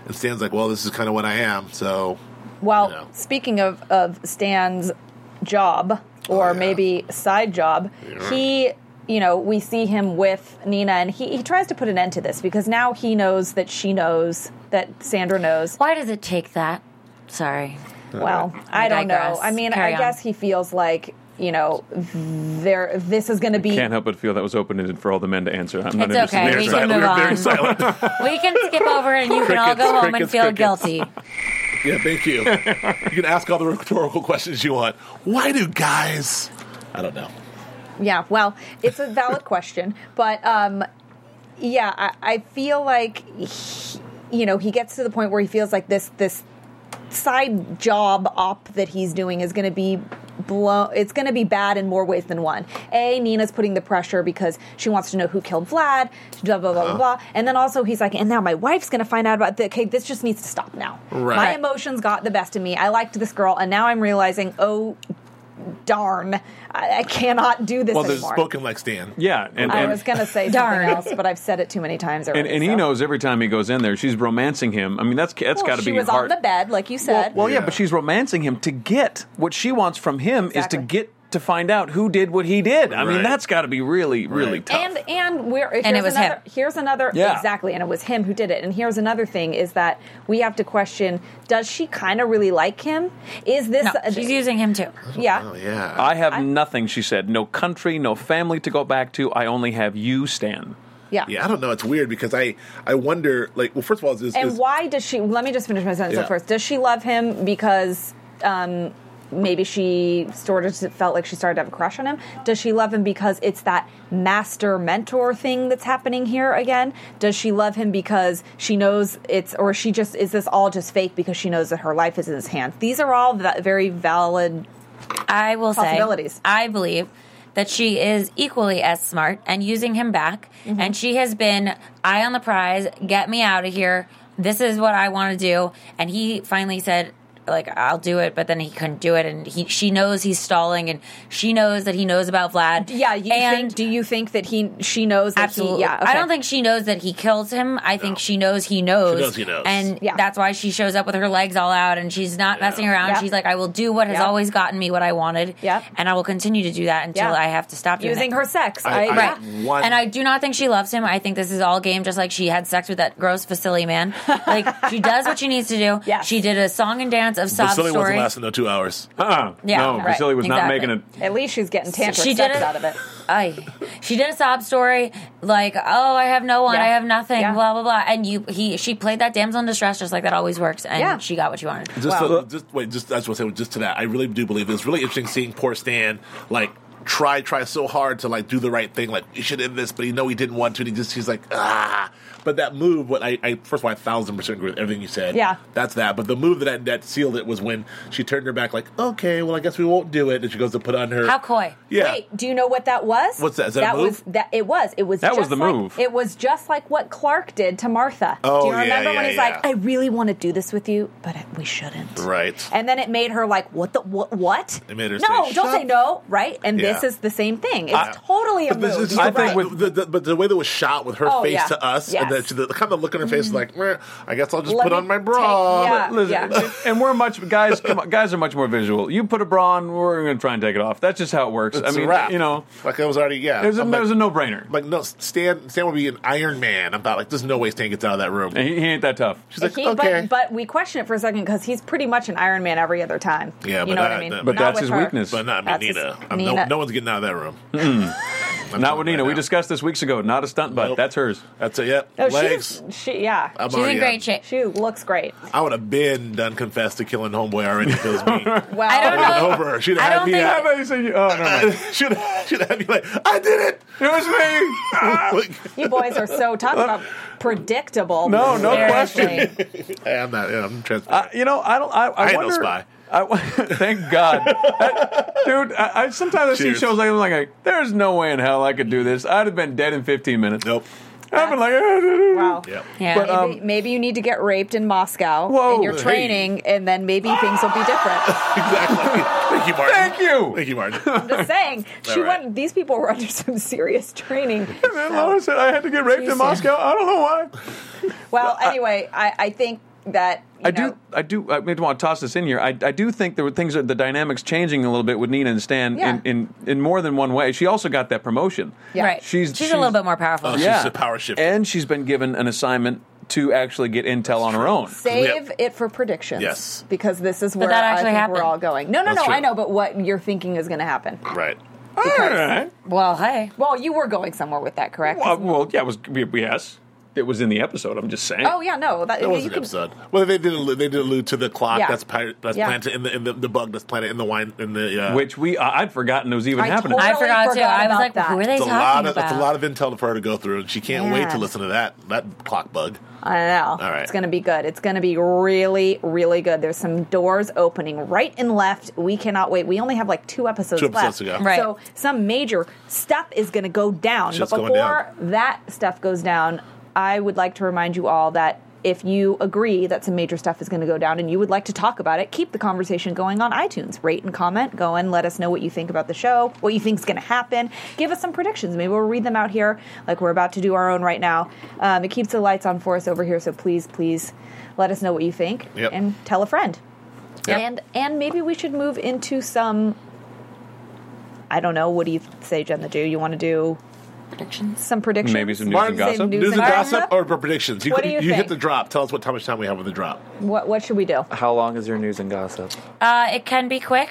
[SPEAKER 5] and Stan's like, well, this is kind of what I am. So
[SPEAKER 3] well
[SPEAKER 5] you know.
[SPEAKER 3] speaking of of stan's job or
[SPEAKER 5] Oh, yeah.
[SPEAKER 3] maybe side job he you know we see him with nina and he, he tries to put an end to this because now he knows that she knows that sandra knows
[SPEAKER 6] Why does it take that? Sorry.
[SPEAKER 5] Uh,
[SPEAKER 3] Well, I don't
[SPEAKER 6] digress.
[SPEAKER 3] know. I mean, I
[SPEAKER 6] Carry on.
[SPEAKER 3] guess he feels like you know, there. This is going to be.
[SPEAKER 4] Can't help but feel that was open ended for all the men to answer. I'm not
[SPEAKER 6] It's
[SPEAKER 4] interested.
[SPEAKER 6] okay.
[SPEAKER 4] in
[SPEAKER 6] We
[SPEAKER 4] the
[SPEAKER 6] can
[SPEAKER 5] silent.
[SPEAKER 6] move
[SPEAKER 5] We're very
[SPEAKER 6] on.
[SPEAKER 5] silent.
[SPEAKER 6] We can skip over it and you can all
[SPEAKER 5] Crickets,
[SPEAKER 6] go home and
[SPEAKER 5] crickets,
[SPEAKER 6] feel
[SPEAKER 5] crickets.
[SPEAKER 6] guilty.
[SPEAKER 5] Yeah, thank you. you can ask all the rhetorical questions you want. Why do guys? I don't know.
[SPEAKER 3] Yeah. Well, it's a valid question, but um, yeah, I, I feel like he, you know he gets to the point where he feels like this this side job op that he's doing is going to be blow it's going to be bad in more ways than one a nina's putting the pressure because she wants to know who killed vlad blah blah blah blah blah and then also he's like and now my wife's going to find out about the okay this just needs to stop now
[SPEAKER 5] Right.
[SPEAKER 3] my emotions got the best of me i liked this girl and now i'm realizing oh darn i, I cannot do this
[SPEAKER 5] Well, there's
[SPEAKER 3] anymore
[SPEAKER 5] spoken like Stan.
[SPEAKER 4] Yeah, and,
[SPEAKER 3] i
[SPEAKER 4] and,
[SPEAKER 3] was going to say something
[SPEAKER 6] Darn.
[SPEAKER 3] else but i've said it too many times already
[SPEAKER 4] and, and he
[SPEAKER 3] so.
[SPEAKER 4] knows every time he goes in there, she's romancing him. I mean, that's that's
[SPEAKER 3] Well,
[SPEAKER 4] got to
[SPEAKER 3] she
[SPEAKER 4] be
[SPEAKER 3] was
[SPEAKER 4] hard.
[SPEAKER 3] on the bed like you
[SPEAKER 4] Well,
[SPEAKER 3] said
[SPEAKER 4] well, yeah.
[SPEAKER 5] Yeah.
[SPEAKER 4] but she's romancing him to get what she wants from him
[SPEAKER 3] Exactly.
[SPEAKER 4] is to get to find out who did what he did. I
[SPEAKER 5] Right.
[SPEAKER 4] mean, that's got to be really, really
[SPEAKER 5] Right.
[SPEAKER 4] tough.
[SPEAKER 3] And and we're here's
[SPEAKER 6] And it was
[SPEAKER 3] another,
[SPEAKER 6] him.
[SPEAKER 3] Here's another
[SPEAKER 4] Yeah.
[SPEAKER 3] exactly, and it was him who did it. And here's another thing is that we have to question: Does she kind of really like him? Is this
[SPEAKER 6] No, she's using him too.
[SPEAKER 3] yeah?
[SPEAKER 5] Oh yeah.
[SPEAKER 4] I have nothing, she said. No country, no family to go back to. I only have you, Stan.
[SPEAKER 3] yeah,
[SPEAKER 5] yeah, I don't know. It's weird because I I wonder like well first of all is,
[SPEAKER 3] And
[SPEAKER 5] is
[SPEAKER 3] why does she? Let me just finish my sentence
[SPEAKER 5] Yeah.
[SPEAKER 3] up first. Does she love him because? Um, Maybe she sort of felt like she started to have a crush on him. Does she love him because it's that master mentor thing that's happening here again? Does she love him because she knows it's, or she just is this all just fake because she knows that her life is in his hands? These are all va- very valid.
[SPEAKER 6] I will say
[SPEAKER 3] Possibilities.
[SPEAKER 6] I believe that she is equally as smart and using him back.
[SPEAKER 3] Mm-hmm.
[SPEAKER 6] And she has been eye on the prize, get me out of here. This is what I want to do. And he finally said, like, I'll do it, but then he couldn't do it. And he she knows he's stalling and she knows that he knows about Vlad.
[SPEAKER 3] Yeah, you
[SPEAKER 6] and
[SPEAKER 3] think? Do you think that he? She knows that
[SPEAKER 6] Absolutely.
[SPEAKER 3] he. Yeah,
[SPEAKER 6] I
[SPEAKER 3] okay.
[SPEAKER 6] don't think she knows that he kills him. I think
[SPEAKER 5] No.
[SPEAKER 6] she knows he knows.
[SPEAKER 5] She knows he knows.
[SPEAKER 6] And
[SPEAKER 3] Yeah.
[SPEAKER 6] that's why she shows up with her legs all out and she's not messing around.
[SPEAKER 3] Yeah.
[SPEAKER 6] She's like, I will do what has
[SPEAKER 3] Yeah.
[SPEAKER 6] always gotten me what I wanted.
[SPEAKER 3] Yeah.
[SPEAKER 6] And I will continue to do that until
[SPEAKER 3] Yeah.
[SPEAKER 6] I have to stop doing
[SPEAKER 3] using
[SPEAKER 6] it.
[SPEAKER 3] her sex.
[SPEAKER 5] I- I-
[SPEAKER 6] Right.
[SPEAKER 5] One-
[SPEAKER 6] And I do not think she loves him. I think this is all game, just like she had sex with that gross Vasily man. Like, she does what she needs to do.
[SPEAKER 3] Yes.
[SPEAKER 6] She did a song and dance of sob
[SPEAKER 5] Vasily wasn't
[SPEAKER 6] story.
[SPEAKER 5] lasting no two hours.
[SPEAKER 4] Uh-uh.
[SPEAKER 6] Yeah,
[SPEAKER 4] no,
[SPEAKER 6] right,
[SPEAKER 4] Vasily was not
[SPEAKER 6] exactly.
[SPEAKER 4] making it.
[SPEAKER 3] At least she's getting tantric
[SPEAKER 6] She did
[SPEAKER 3] sex
[SPEAKER 6] it.
[SPEAKER 3] out of it.
[SPEAKER 6] I, she did a sob story like, "Oh, I have no one,
[SPEAKER 3] Yeah.
[SPEAKER 6] I have nothing,
[SPEAKER 3] Yeah.
[SPEAKER 6] blah blah blah." And you, he, she played that damsel in distress just like that always works, and
[SPEAKER 3] Yeah.
[SPEAKER 6] she got what she wanted.
[SPEAKER 5] Just, to, just wait, just that's what I was gonna say. Just to that, I really do believe it was really interesting seeing poor Stan like try try so hard to like do the right thing. Like he should end this, but he know he didn't want to. And he just he's like ah. But that move, what I, I first of all, I thousand percent agree with everything you said.
[SPEAKER 3] Yeah.
[SPEAKER 5] that's that. But the move that that sealed it was when she turned her back, like okay, well I guess we won't do it. And she goes to put on her
[SPEAKER 6] How coy.
[SPEAKER 5] Yeah,
[SPEAKER 3] Wait, do you know what that was?
[SPEAKER 5] What's that? Is that a
[SPEAKER 3] that
[SPEAKER 5] move?
[SPEAKER 3] was that it was. It was
[SPEAKER 4] That
[SPEAKER 3] just
[SPEAKER 4] was the
[SPEAKER 3] like,
[SPEAKER 4] move.
[SPEAKER 3] It was just like what Clark did to Martha.
[SPEAKER 5] Oh,
[SPEAKER 3] do you
[SPEAKER 5] yeah,
[SPEAKER 3] remember
[SPEAKER 5] yeah,
[SPEAKER 3] when he's like,
[SPEAKER 5] yeah.
[SPEAKER 3] I really want to do this with you, but I- we shouldn't.
[SPEAKER 5] right.
[SPEAKER 3] And then it made her like, what the what what?
[SPEAKER 5] It made her
[SPEAKER 3] No, don't
[SPEAKER 5] say, "Shut
[SPEAKER 3] say no, right? And this
[SPEAKER 5] Yeah.
[SPEAKER 3] is the same thing. It's
[SPEAKER 5] I-
[SPEAKER 3] totally a
[SPEAKER 5] But this
[SPEAKER 3] move.
[SPEAKER 5] is
[SPEAKER 3] You're
[SPEAKER 5] the,
[SPEAKER 3] right.
[SPEAKER 5] thing with the, the, but the way that was shot with her
[SPEAKER 3] Oh,
[SPEAKER 5] face
[SPEAKER 3] yeah.
[SPEAKER 5] to us, and
[SPEAKER 3] Yes. Mm-hmm.
[SPEAKER 5] the, the kind of look on her face is like, "Meh, I guess I'll just
[SPEAKER 3] Let
[SPEAKER 5] put
[SPEAKER 3] me
[SPEAKER 5] on my
[SPEAKER 3] take-
[SPEAKER 5] bra.
[SPEAKER 3] yeah.
[SPEAKER 4] Listen, and we're much guys. Come on, guys are much more visual. You put a bra on, we're going to try and take it off. That's just how it works.
[SPEAKER 5] It's
[SPEAKER 4] I mean,
[SPEAKER 5] a wrap.
[SPEAKER 4] you know,
[SPEAKER 5] like I was already, yeah.
[SPEAKER 4] there's a,
[SPEAKER 5] I'm
[SPEAKER 4] there's a
[SPEAKER 5] like,
[SPEAKER 4] no-brainer.
[SPEAKER 5] I'm like, no, Stan, Stan would be an Iron Man. I'm about like, there's no way Stan gets out of that room.
[SPEAKER 4] And he, he ain't that tough.
[SPEAKER 5] She's like,
[SPEAKER 3] He-
[SPEAKER 5] okay.
[SPEAKER 3] but, but we question it for a second because he's pretty much an Iron Man every other time.
[SPEAKER 5] Yeah,
[SPEAKER 3] you
[SPEAKER 5] but
[SPEAKER 3] know what
[SPEAKER 5] that-
[SPEAKER 3] I mean.
[SPEAKER 5] that-
[SPEAKER 4] But
[SPEAKER 5] Not
[SPEAKER 4] that's
[SPEAKER 3] with
[SPEAKER 4] his
[SPEAKER 3] her.
[SPEAKER 4] weakness.
[SPEAKER 5] But not me,
[SPEAKER 3] That's his-
[SPEAKER 5] Nina. I'm No,
[SPEAKER 3] Nina.
[SPEAKER 5] no one's getting out of that room. I'm
[SPEAKER 4] Mm-hmm. not with
[SPEAKER 5] telling you
[SPEAKER 4] Nina.
[SPEAKER 5] right
[SPEAKER 4] We
[SPEAKER 5] now.
[SPEAKER 4] discussed this weeks ago. Not a stunt butt.
[SPEAKER 5] Nope.
[SPEAKER 4] That's hers.
[SPEAKER 5] That's it, yep.
[SPEAKER 3] No,
[SPEAKER 5] Legs.
[SPEAKER 3] Oh, she's she yeah.
[SPEAKER 5] I'm
[SPEAKER 6] She's in
[SPEAKER 5] already
[SPEAKER 6] great
[SPEAKER 5] out.
[SPEAKER 6] shape.
[SPEAKER 3] She looks great.
[SPEAKER 5] I would have been done confessed to killing Homeboy already. if it was me.
[SPEAKER 3] Well,
[SPEAKER 6] I don't
[SPEAKER 5] It
[SPEAKER 6] know.
[SPEAKER 5] was over. She'd
[SPEAKER 6] I
[SPEAKER 5] have had
[SPEAKER 6] don't
[SPEAKER 5] me
[SPEAKER 6] think-
[SPEAKER 5] out.
[SPEAKER 4] How about you say you- Oh, never mind.
[SPEAKER 5] should should have you like I did it.
[SPEAKER 4] It was me. Ah.
[SPEAKER 5] Like,
[SPEAKER 3] You boys are so talk about predictable.
[SPEAKER 4] No, no
[SPEAKER 6] Seriously.
[SPEAKER 5] hey, I'm not. yeah, I'm
[SPEAKER 3] Uh,
[SPEAKER 4] I,
[SPEAKER 5] transparent.
[SPEAKER 4] you know, I don't. I, I,
[SPEAKER 5] I ain't no
[SPEAKER 4] wonder,
[SPEAKER 5] spy.
[SPEAKER 4] I wa- thank God, That- dude. I, I sometimes I see
[SPEAKER 5] Cheers.
[SPEAKER 4] shows like I'm like, there's no way in hell I could do this. I'd have been dead in 15 minutes.
[SPEAKER 5] nope.
[SPEAKER 4] I've been like,
[SPEAKER 3] Wow.
[SPEAKER 5] Yep.
[SPEAKER 6] Yeah.
[SPEAKER 4] But, um,
[SPEAKER 3] Maybe, maybe you need to get raped in Moscow
[SPEAKER 4] Whoa.
[SPEAKER 3] in your
[SPEAKER 4] Hey.
[SPEAKER 3] training, and then maybe things will be different.
[SPEAKER 5] Exactly. Thank you, Martin.
[SPEAKER 4] Thank you.
[SPEAKER 5] Thank you, Martin.
[SPEAKER 3] Just saying, she
[SPEAKER 5] right.
[SPEAKER 3] went. These people were under some serious training.
[SPEAKER 4] And then Laura said I had to get raped in
[SPEAKER 6] Jesus.
[SPEAKER 4] Moscow. I don't know why.
[SPEAKER 3] Well, anyway, I, I think that you
[SPEAKER 4] I
[SPEAKER 3] know,
[SPEAKER 4] do. I do. I maybe want to toss this in here. I, I do think there were things that the dynamics changing a little bit with Nina and Stan
[SPEAKER 3] Yeah.
[SPEAKER 4] in, in in more than one way. She also got that promotion.
[SPEAKER 3] Yeah.
[SPEAKER 6] Right.
[SPEAKER 4] She's-
[SPEAKER 6] She's,
[SPEAKER 4] she's-
[SPEAKER 6] a little bit more powerful.
[SPEAKER 5] Oh, she's a power shifter.
[SPEAKER 4] and she's been given an assignment to actually get intel on her own.
[SPEAKER 3] Save
[SPEAKER 5] Yep.
[SPEAKER 3] it for predictions.
[SPEAKER 5] Yes.
[SPEAKER 3] Because this is where
[SPEAKER 6] that
[SPEAKER 3] I
[SPEAKER 6] actually
[SPEAKER 3] think
[SPEAKER 6] happened.
[SPEAKER 3] we're all going. No, no,
[SPEAKER 5] That's
[SPEAKER 3] no.
[SPEAKER 5] true.
[SPEAKER 3] I know, but what you're thinking is going to happen.
[SPEAKER 5] Right.
[SPEAKER 4] All right.
[SPEAKER 6] Well, hey.
[SPEAKER 3] Well, you were going somewhere with that, correct?
[SPEAKER 4] Well, well, yeah. It was yes. It was in the episode. I'm just saying.
[SPEAKER 3] oh yeah, no. That,
[SPEAKER 5] That was
[SPEAKER 3] you
[SPEAKER 5] an
[SPEAKER 3] can-
[SPEAKER 5] episode. Well, they did. allude- They did allude to the clock
[SPEAKER 3] Yeah.
[SPEAKER 5] that's pi- that's
[SPEAKER 3] Yeah.
[SPEAKER 5] planted in the in the, the bug that's planted in the wine in the. Uh,
[SPEAKER 4] Which we I- I'd forgotten it was even
[SPEAKER 3] I
[SPEAKER 4] happening.
[SPEAKER 3] totally
[SPEAKER 6] I forgot, too.
[SPEAKER 3] forgot
[SPEAKER 6] I was
[SPEAKER 3] about
[SPEAKER 6] like,
[SPEAKER 3] that.
[SPEAKER 6] who are they
[SPEAKER 5] it's a
[SPEAKER 6] talking
[SPEAKER 5] lot of
[SPEAKER 6] about?
[SPEAKER 5] it's a lot of intel for her to go through, and she can't wait
[SPEAKER 3] Yeah.
[SPEAKER 5] to listen to that that clock bug.
[SPEAKER 3] I know.
[SPEAKER 5] All right.
[SPEAKER 3] It's going to be good. It's going to be really, really good. There's some doors opening right and left. We cannot wait. We only have like two episodes
[SPEAKER 5] Two episodes
[SPEAKER 3] left.
[SPEAKER 5] to go.
[SPEAKER 6] Right.
[SPEAKER 3] So some major stuff is going to go down.
[SPEAKER 5] Shit's
[SPEAKER 3] but
[SPEAKER 5] going
[SPEAKER 3] before
[SPEAKER 5] down.
[SPEAKER 3] that stuff goes down, I would like to remind you all that if you agree that some major stuff is going to go down and you would like to talk about it, keep the conversation going on iTunes. Rate and comment. Go and let us know what you think about the show, what you think is going to happen. Give us some predictions. Maybe we'll read them out here, like we're about to do our own right now. Um, it keeps the lights on for us over here, so please, please let us know what you think
[SPEAKER 5] Yep.
[SPEAKER 3] and tell a friend.
[SPEAKER 5] Yep.
[SPEAKER 3] And and maybe we should move into some. I don't know. What do you say, Jen the Jew? You want to do
[SPEAKER 6] Predictions.
[SPEAKER 3] some predictions?
[SPEAKER 4] Maybe some news and
[SPEAKER 3] Say
[SPEAKER 4] gossip.
[SPEAKER 5] News and
[SPEAKER 3] and
[SPEAKER 5] gossip or predictions? You,
[SPEAKER 3] What do you
[SPEAKER 5] hit
[SPEAKER 3] think?
[SPEAKER 5] the drop. Tell us what how much time we have with the drop.
[SPEAKER 3] What what should we do?
[SPEAKER 8] How long is your news and gossip?
[SPEAKER 6] Uh, it can be quick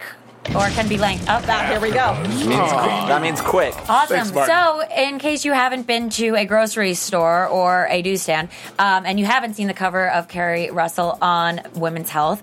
[SPEAKER 6] or it can be length. Oh,
[SPEAKER 3] Ah, here we go.
[SPEAKER 8] That means quick.
[SPEAKER 6] Awesome.
[SPEAKER 5] Thanks, Martin.
[SPEAKER 6] so, in case you haven't been to a grocery store or a newsstand, um, and you haven't seen the cover of Carrie Russell on Women's Health,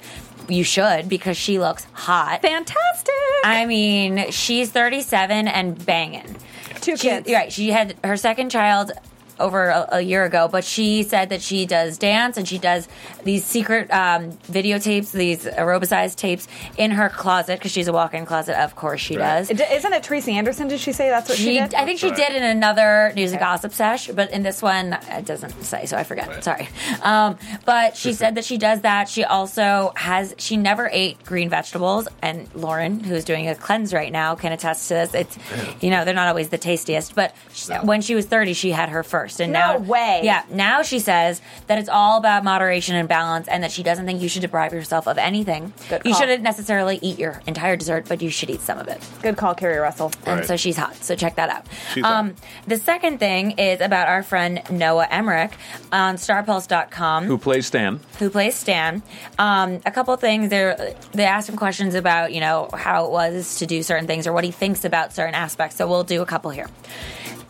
[SPEAKER 6] you should because she looks hot.
[SPEAKER 3] Fantastic.
[SPEAKER 6] I mean, she's 37 and banging.
[SPEAKER 3] Two
[SPEAKER 6] She,
[SPEAKER 3] kids.
[SPEAKER 6] Right. She had her second child over a, a year ago, but she said that she does dance and she does these secret um, videotapes, these aerobicized tapes in her closet because she's a walk in closet. Of course, she does.
[SPEAKER 3] D- Isn't it Tracy Anderson? Did she say that's what she,
[SPEAKER 6] She,
[SPEAKER 3] did?
[SPEAKER 6] I think she did in another news and gossip sesh, but in this one it doesn't say, so I forget. Sorry, um, but she said that she does that. She also has she never ate green vegetables, and Lauren, who's doing a cleanse right now, can attest to this. It's you know they're not always the tastiest, but she- when she was thirty, she had her first. And
[SPEAKER 3] No
[SPEAKER 6] now,
[SPEAKER 3] way.
[SPEAKER 6] Yeah, now she says that it's all about moderation and balance, and that she doesn't think you should deprive yourself of anything.
[SPEAKER 3] Good
[SPEAKER 6] you
[SPEAKER 3] call.
[SPEAKER 6] shouldn't necessarily eat your entire dessert, but you should eat some of it.
[SPEAKER 3] Good call, Carrie Russell.
[SPEAKER 6] And
[SPEAKER 5] Right.
[SPEAKER 6] so she's hot. So check that out.
[SPEAKER 5] She's
[SPEAKER 6] um,
[SPEAKER 5] hot.
[SPEAKER 6] The second thing is about our friend Noah Emmerich um, on starpulse.com
[SPEAKER 4] Who plays Stan?
[SPEAKER 6] who plays Stan. Um, a couple things there. They asked him questions about you know how it was to do certain things or what he thinks about certain aspects. So we'll do a couple here.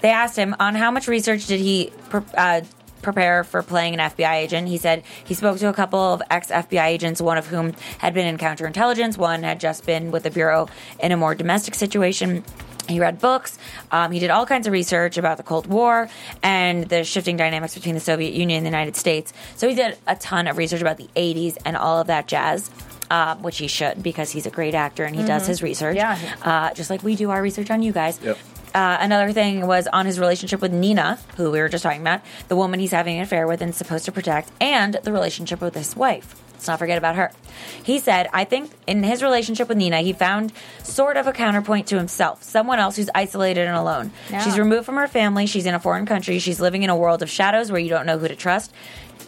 [SPEAKER 6] They asked him on how much research did he pre- uh, prepare for playing an FBI agent. He said he spoke to a couple of ex FBI agents, one of whom had been in counterintelligence, one had just been with the bureau in a more domestic situation. He read books. Um, he did all kinds of research about the Cold War and the shifting dynamics between the Soviet Union and the United States. So he did a ton of research about the 80s and all of that jazz, uh, which he should because he's a great actor and he does his research.
[SPEAKER 3] Yeah.
[SPEAKER 6] Uh, just like we do our research on you guys.
[SPEAKER 5] Yep.
[SPEAKER 6] Uh, another thing was on his relationship with Nina, who we were just talking about, the woman he's having an affair with and supposed to protect, and the relationship with his wife. Let's not forget about her. He said, I think in his relationship with Nina, he found sort of a counterpoint to himself, someone else who's isolated and alone.
[SPEAKER 3] Yeah.
[SPEAKER 6] She's removed from her family, she's in a foreign country, she's living in a world of shadows where you don't know who to trust.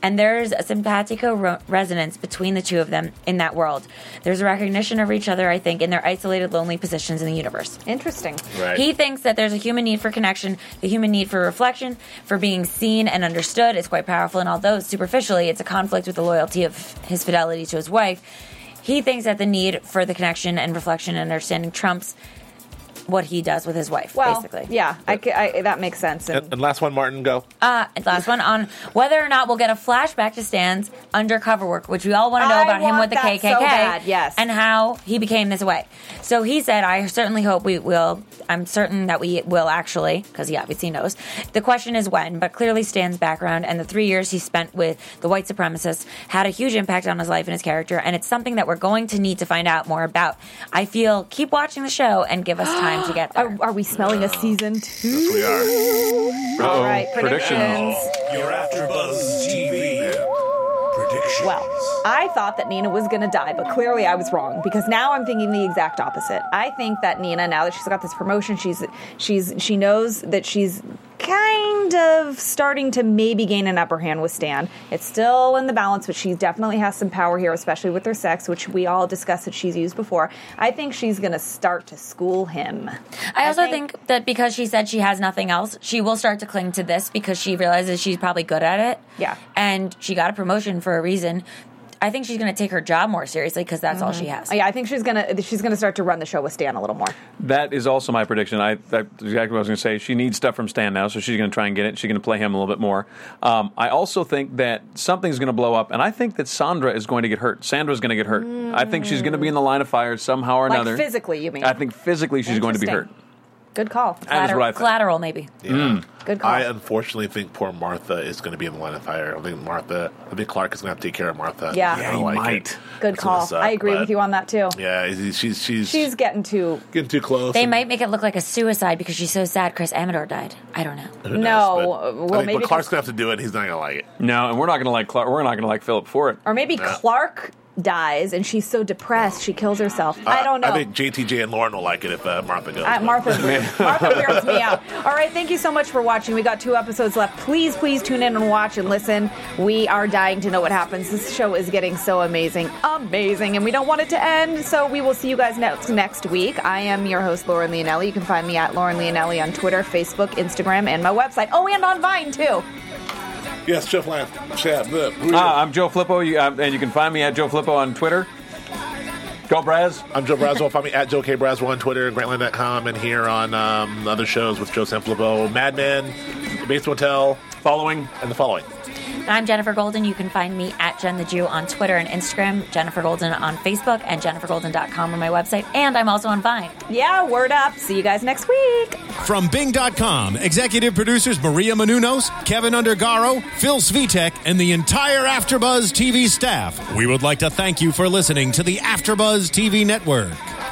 [SPEAKER 6] And there's a simpatico ro- resonance between the two of them in that world. There's a recognition of each other, I think, in their isolated, lonely positions in the universe.
[SPEAKER 3] Interesting.
[SPEAKER 5] Right.
[SPEAKER 6] He thinks that there's a human need for connection, the human need for reflection, for being seen and understood is quite powerful. And although superficially it's a conflict with the loyalty of his fidelity to his wife, he thinks that the need for the connection and reflection and understanding trumps what he does with his wife,
[SPEAKER 3] Well,
[SPEAKER 6] basically.
[SPEAKER 3] yeah, I ca- I- that makes sense. And,
[SPEAKER 5] And, and last one, Martin, go.
[SPEAKER 6] Uh, and last one on whether or not we'll get a flashback to Stan's undercover work, which we all want to know
[SPEAKER 3] I
[SPEAKER 6] about him
[SPEAKER 3] want
[SPEAKER 6] with the
[SPEAKER 3] that
[SPEAKER 6] KKK.
[SPEAKER 3] so bad, yes.
[SPEAKER 6] And how he became this way. So he said, I certainly hope we will. I'm certain that we will actually, because he obviously knows. The question is when, but clearly Stan's background and the three years he spent with the white supremacists had a huge impact on his life and his character, and it's something that we're going to need to find out more about. I feel keep watching the show and give us time to get there.
[SPEAKER 3] are, are we smelling a season two?
[SPEAKER 5] We are.
[SPEAKER 3] All right,
[SPEAKER 4] predictions.
[SPEAKER 9] Your AfterBuzz TV predictions.
[SPEAKER 3] Well, I thought that Nina was going to die, but clearly I was wrong because now I'm thinking the exact opposite. I think that Nina, now that she's got this promotion, she's she's she knows that she's kind of starting to maybe gain an upper hand with Stan. It's still in the balance, but she definitely has some power here, especially with her sex, which we all discussed that she's used before. I think she's going to start to school him.
[SPEAKER 6] I also think, that because she said she has nothing else, she will start to cling to this because she realizes she's probably good at it.
[SPEAKER 3] Yeah.
[SPEAKER 6] And she got a promotion for a reason. I think she's going to take her job more seriously because that's all she has.
[SPEAKER 3] Mm-hmm. Yeah, I think she's going to she's going to start to run the show with Stan a little more.
[SPEAKER 4] That is also my prediction. I that's exactly what I was going to say. She needs stuff from Stan now, so she's going to try and get it. She's going to play him a little bit more. Um, I also think that something's going to blow up, and I think that Sandra is going to get hurt. Sandra's going to get hurt. I think she's going to be in the line of fire somehow or
[SPEAKER 3] Like
[SPEAKER 4] another.
[SPEAKER 3] physically, you mean?
[SPEAKER 4] I think physically she's going to be hurt.
[SPEAKER 3] Interesting. Good call.
[SPEAKER 4] That is what I think.
[SPEAKER 6] collateral, maybe.
[SPEAKER 3] Mm. Good call.
[SPEAKER 5] I unfortunately think poor Martha is going to be in the line of fire. I think Martha, I think Clark is going to have to take care of Martha.
[SPEAKER 3] Yeah.
[SPEAKER 5] I
[SPEAKER 3] Yeah,
[SPEAKER 5] don't
[SPEAKER 3] he
[SPEAKER 5] like
[SPEAKER 4] might.
[SPEAKER 5] it.
[SPEAKER 3] Good
[SPEAKER 5] It's gonna
[SPEAKER 3] call.
[SPEAKER 5] suck,
[SPEAKER 3] I agree
[SPEAKER 5] but-
[SPEAKER 3] with you on that too.
[SPEAKER 5] Yeah, she's she's
[SPEAKER 3] She's getting too.
[SPEAKER 5] getting too close.
[SPEAKER 6] They
[SPEAKER 5] and
[SPEAKER 6] might make it look like a suicide because she's so sad Chris Amador died. I don't know.
[SPEAKER 5] who knows,
[SPEAKER 3] No, uh,
[SPEAKER 5] but
[SPEAKER 3] oh, well,
[SPEAKER 5] I think,
[SPEAKER 3] maybe
[SPEAKER 5] but Clark's going to have to do it. He's not going to like it.
[SPEAKER 4] No, and we're not going to like Clark. We're not going to like Philip for it.
[SPEAKER 3] Or maybe Clark dies and she's so depressed she kills herself. I don't know.
[SPEAKER 5] I think JTJ and Lauren will like it if uh, Martha goes.
[SPEAKER 3] Uh,
[SPEAKER 5] but-
[SPEAKER 3] Martha, Martha weirds me out. All right, thank you so much for watching. We got two episodes left. Please, please tune in and watch and listen. We are dying to know what happens. This show is getting so amazing, amazing, and we don't want it to end. So we will see you guys next next week. I am your host Lauren Leonelli. You can find me at Lauren Leonelli on Twitter, Facebook, Instagram, and my website. Oh, and on Vine too.
[SPEAKER 5] Yes, Jeff Lamb. Chad, look.
[SPEAKER 4] Ah, I'm Joe Flippo, you, um, and you can find me at Joe Flippo on Twitter. Go Braz.
[SPEAKER 5] I'm Joe Braswell. Find me at Joe K. Braswell on Twitter, grantland.com, and here on um, other shows with Joe Sanfilippo, Mad Men, Bates Motel,
[SPEAKER 4] Following.
[SPEAKER 5] and the following.
[SPEAKER 6] I'm Jennifer Golden. You can find me at Jen the Jew on Twitter and Instagram, Jennifer Golden on Facebook, and jennifergolden.com on my website. And I'm also on Vine.
[SPEAKER 3] Yeah, word up. See you guys next week.
[SPEAKER 10] From Bing.com, executive producers Maria Manunos, Kevin Undergaro, Phil Svitek, and the entire Afterbuzz TV staff. We would like to thank you for listening to the Afterbuzz TV network.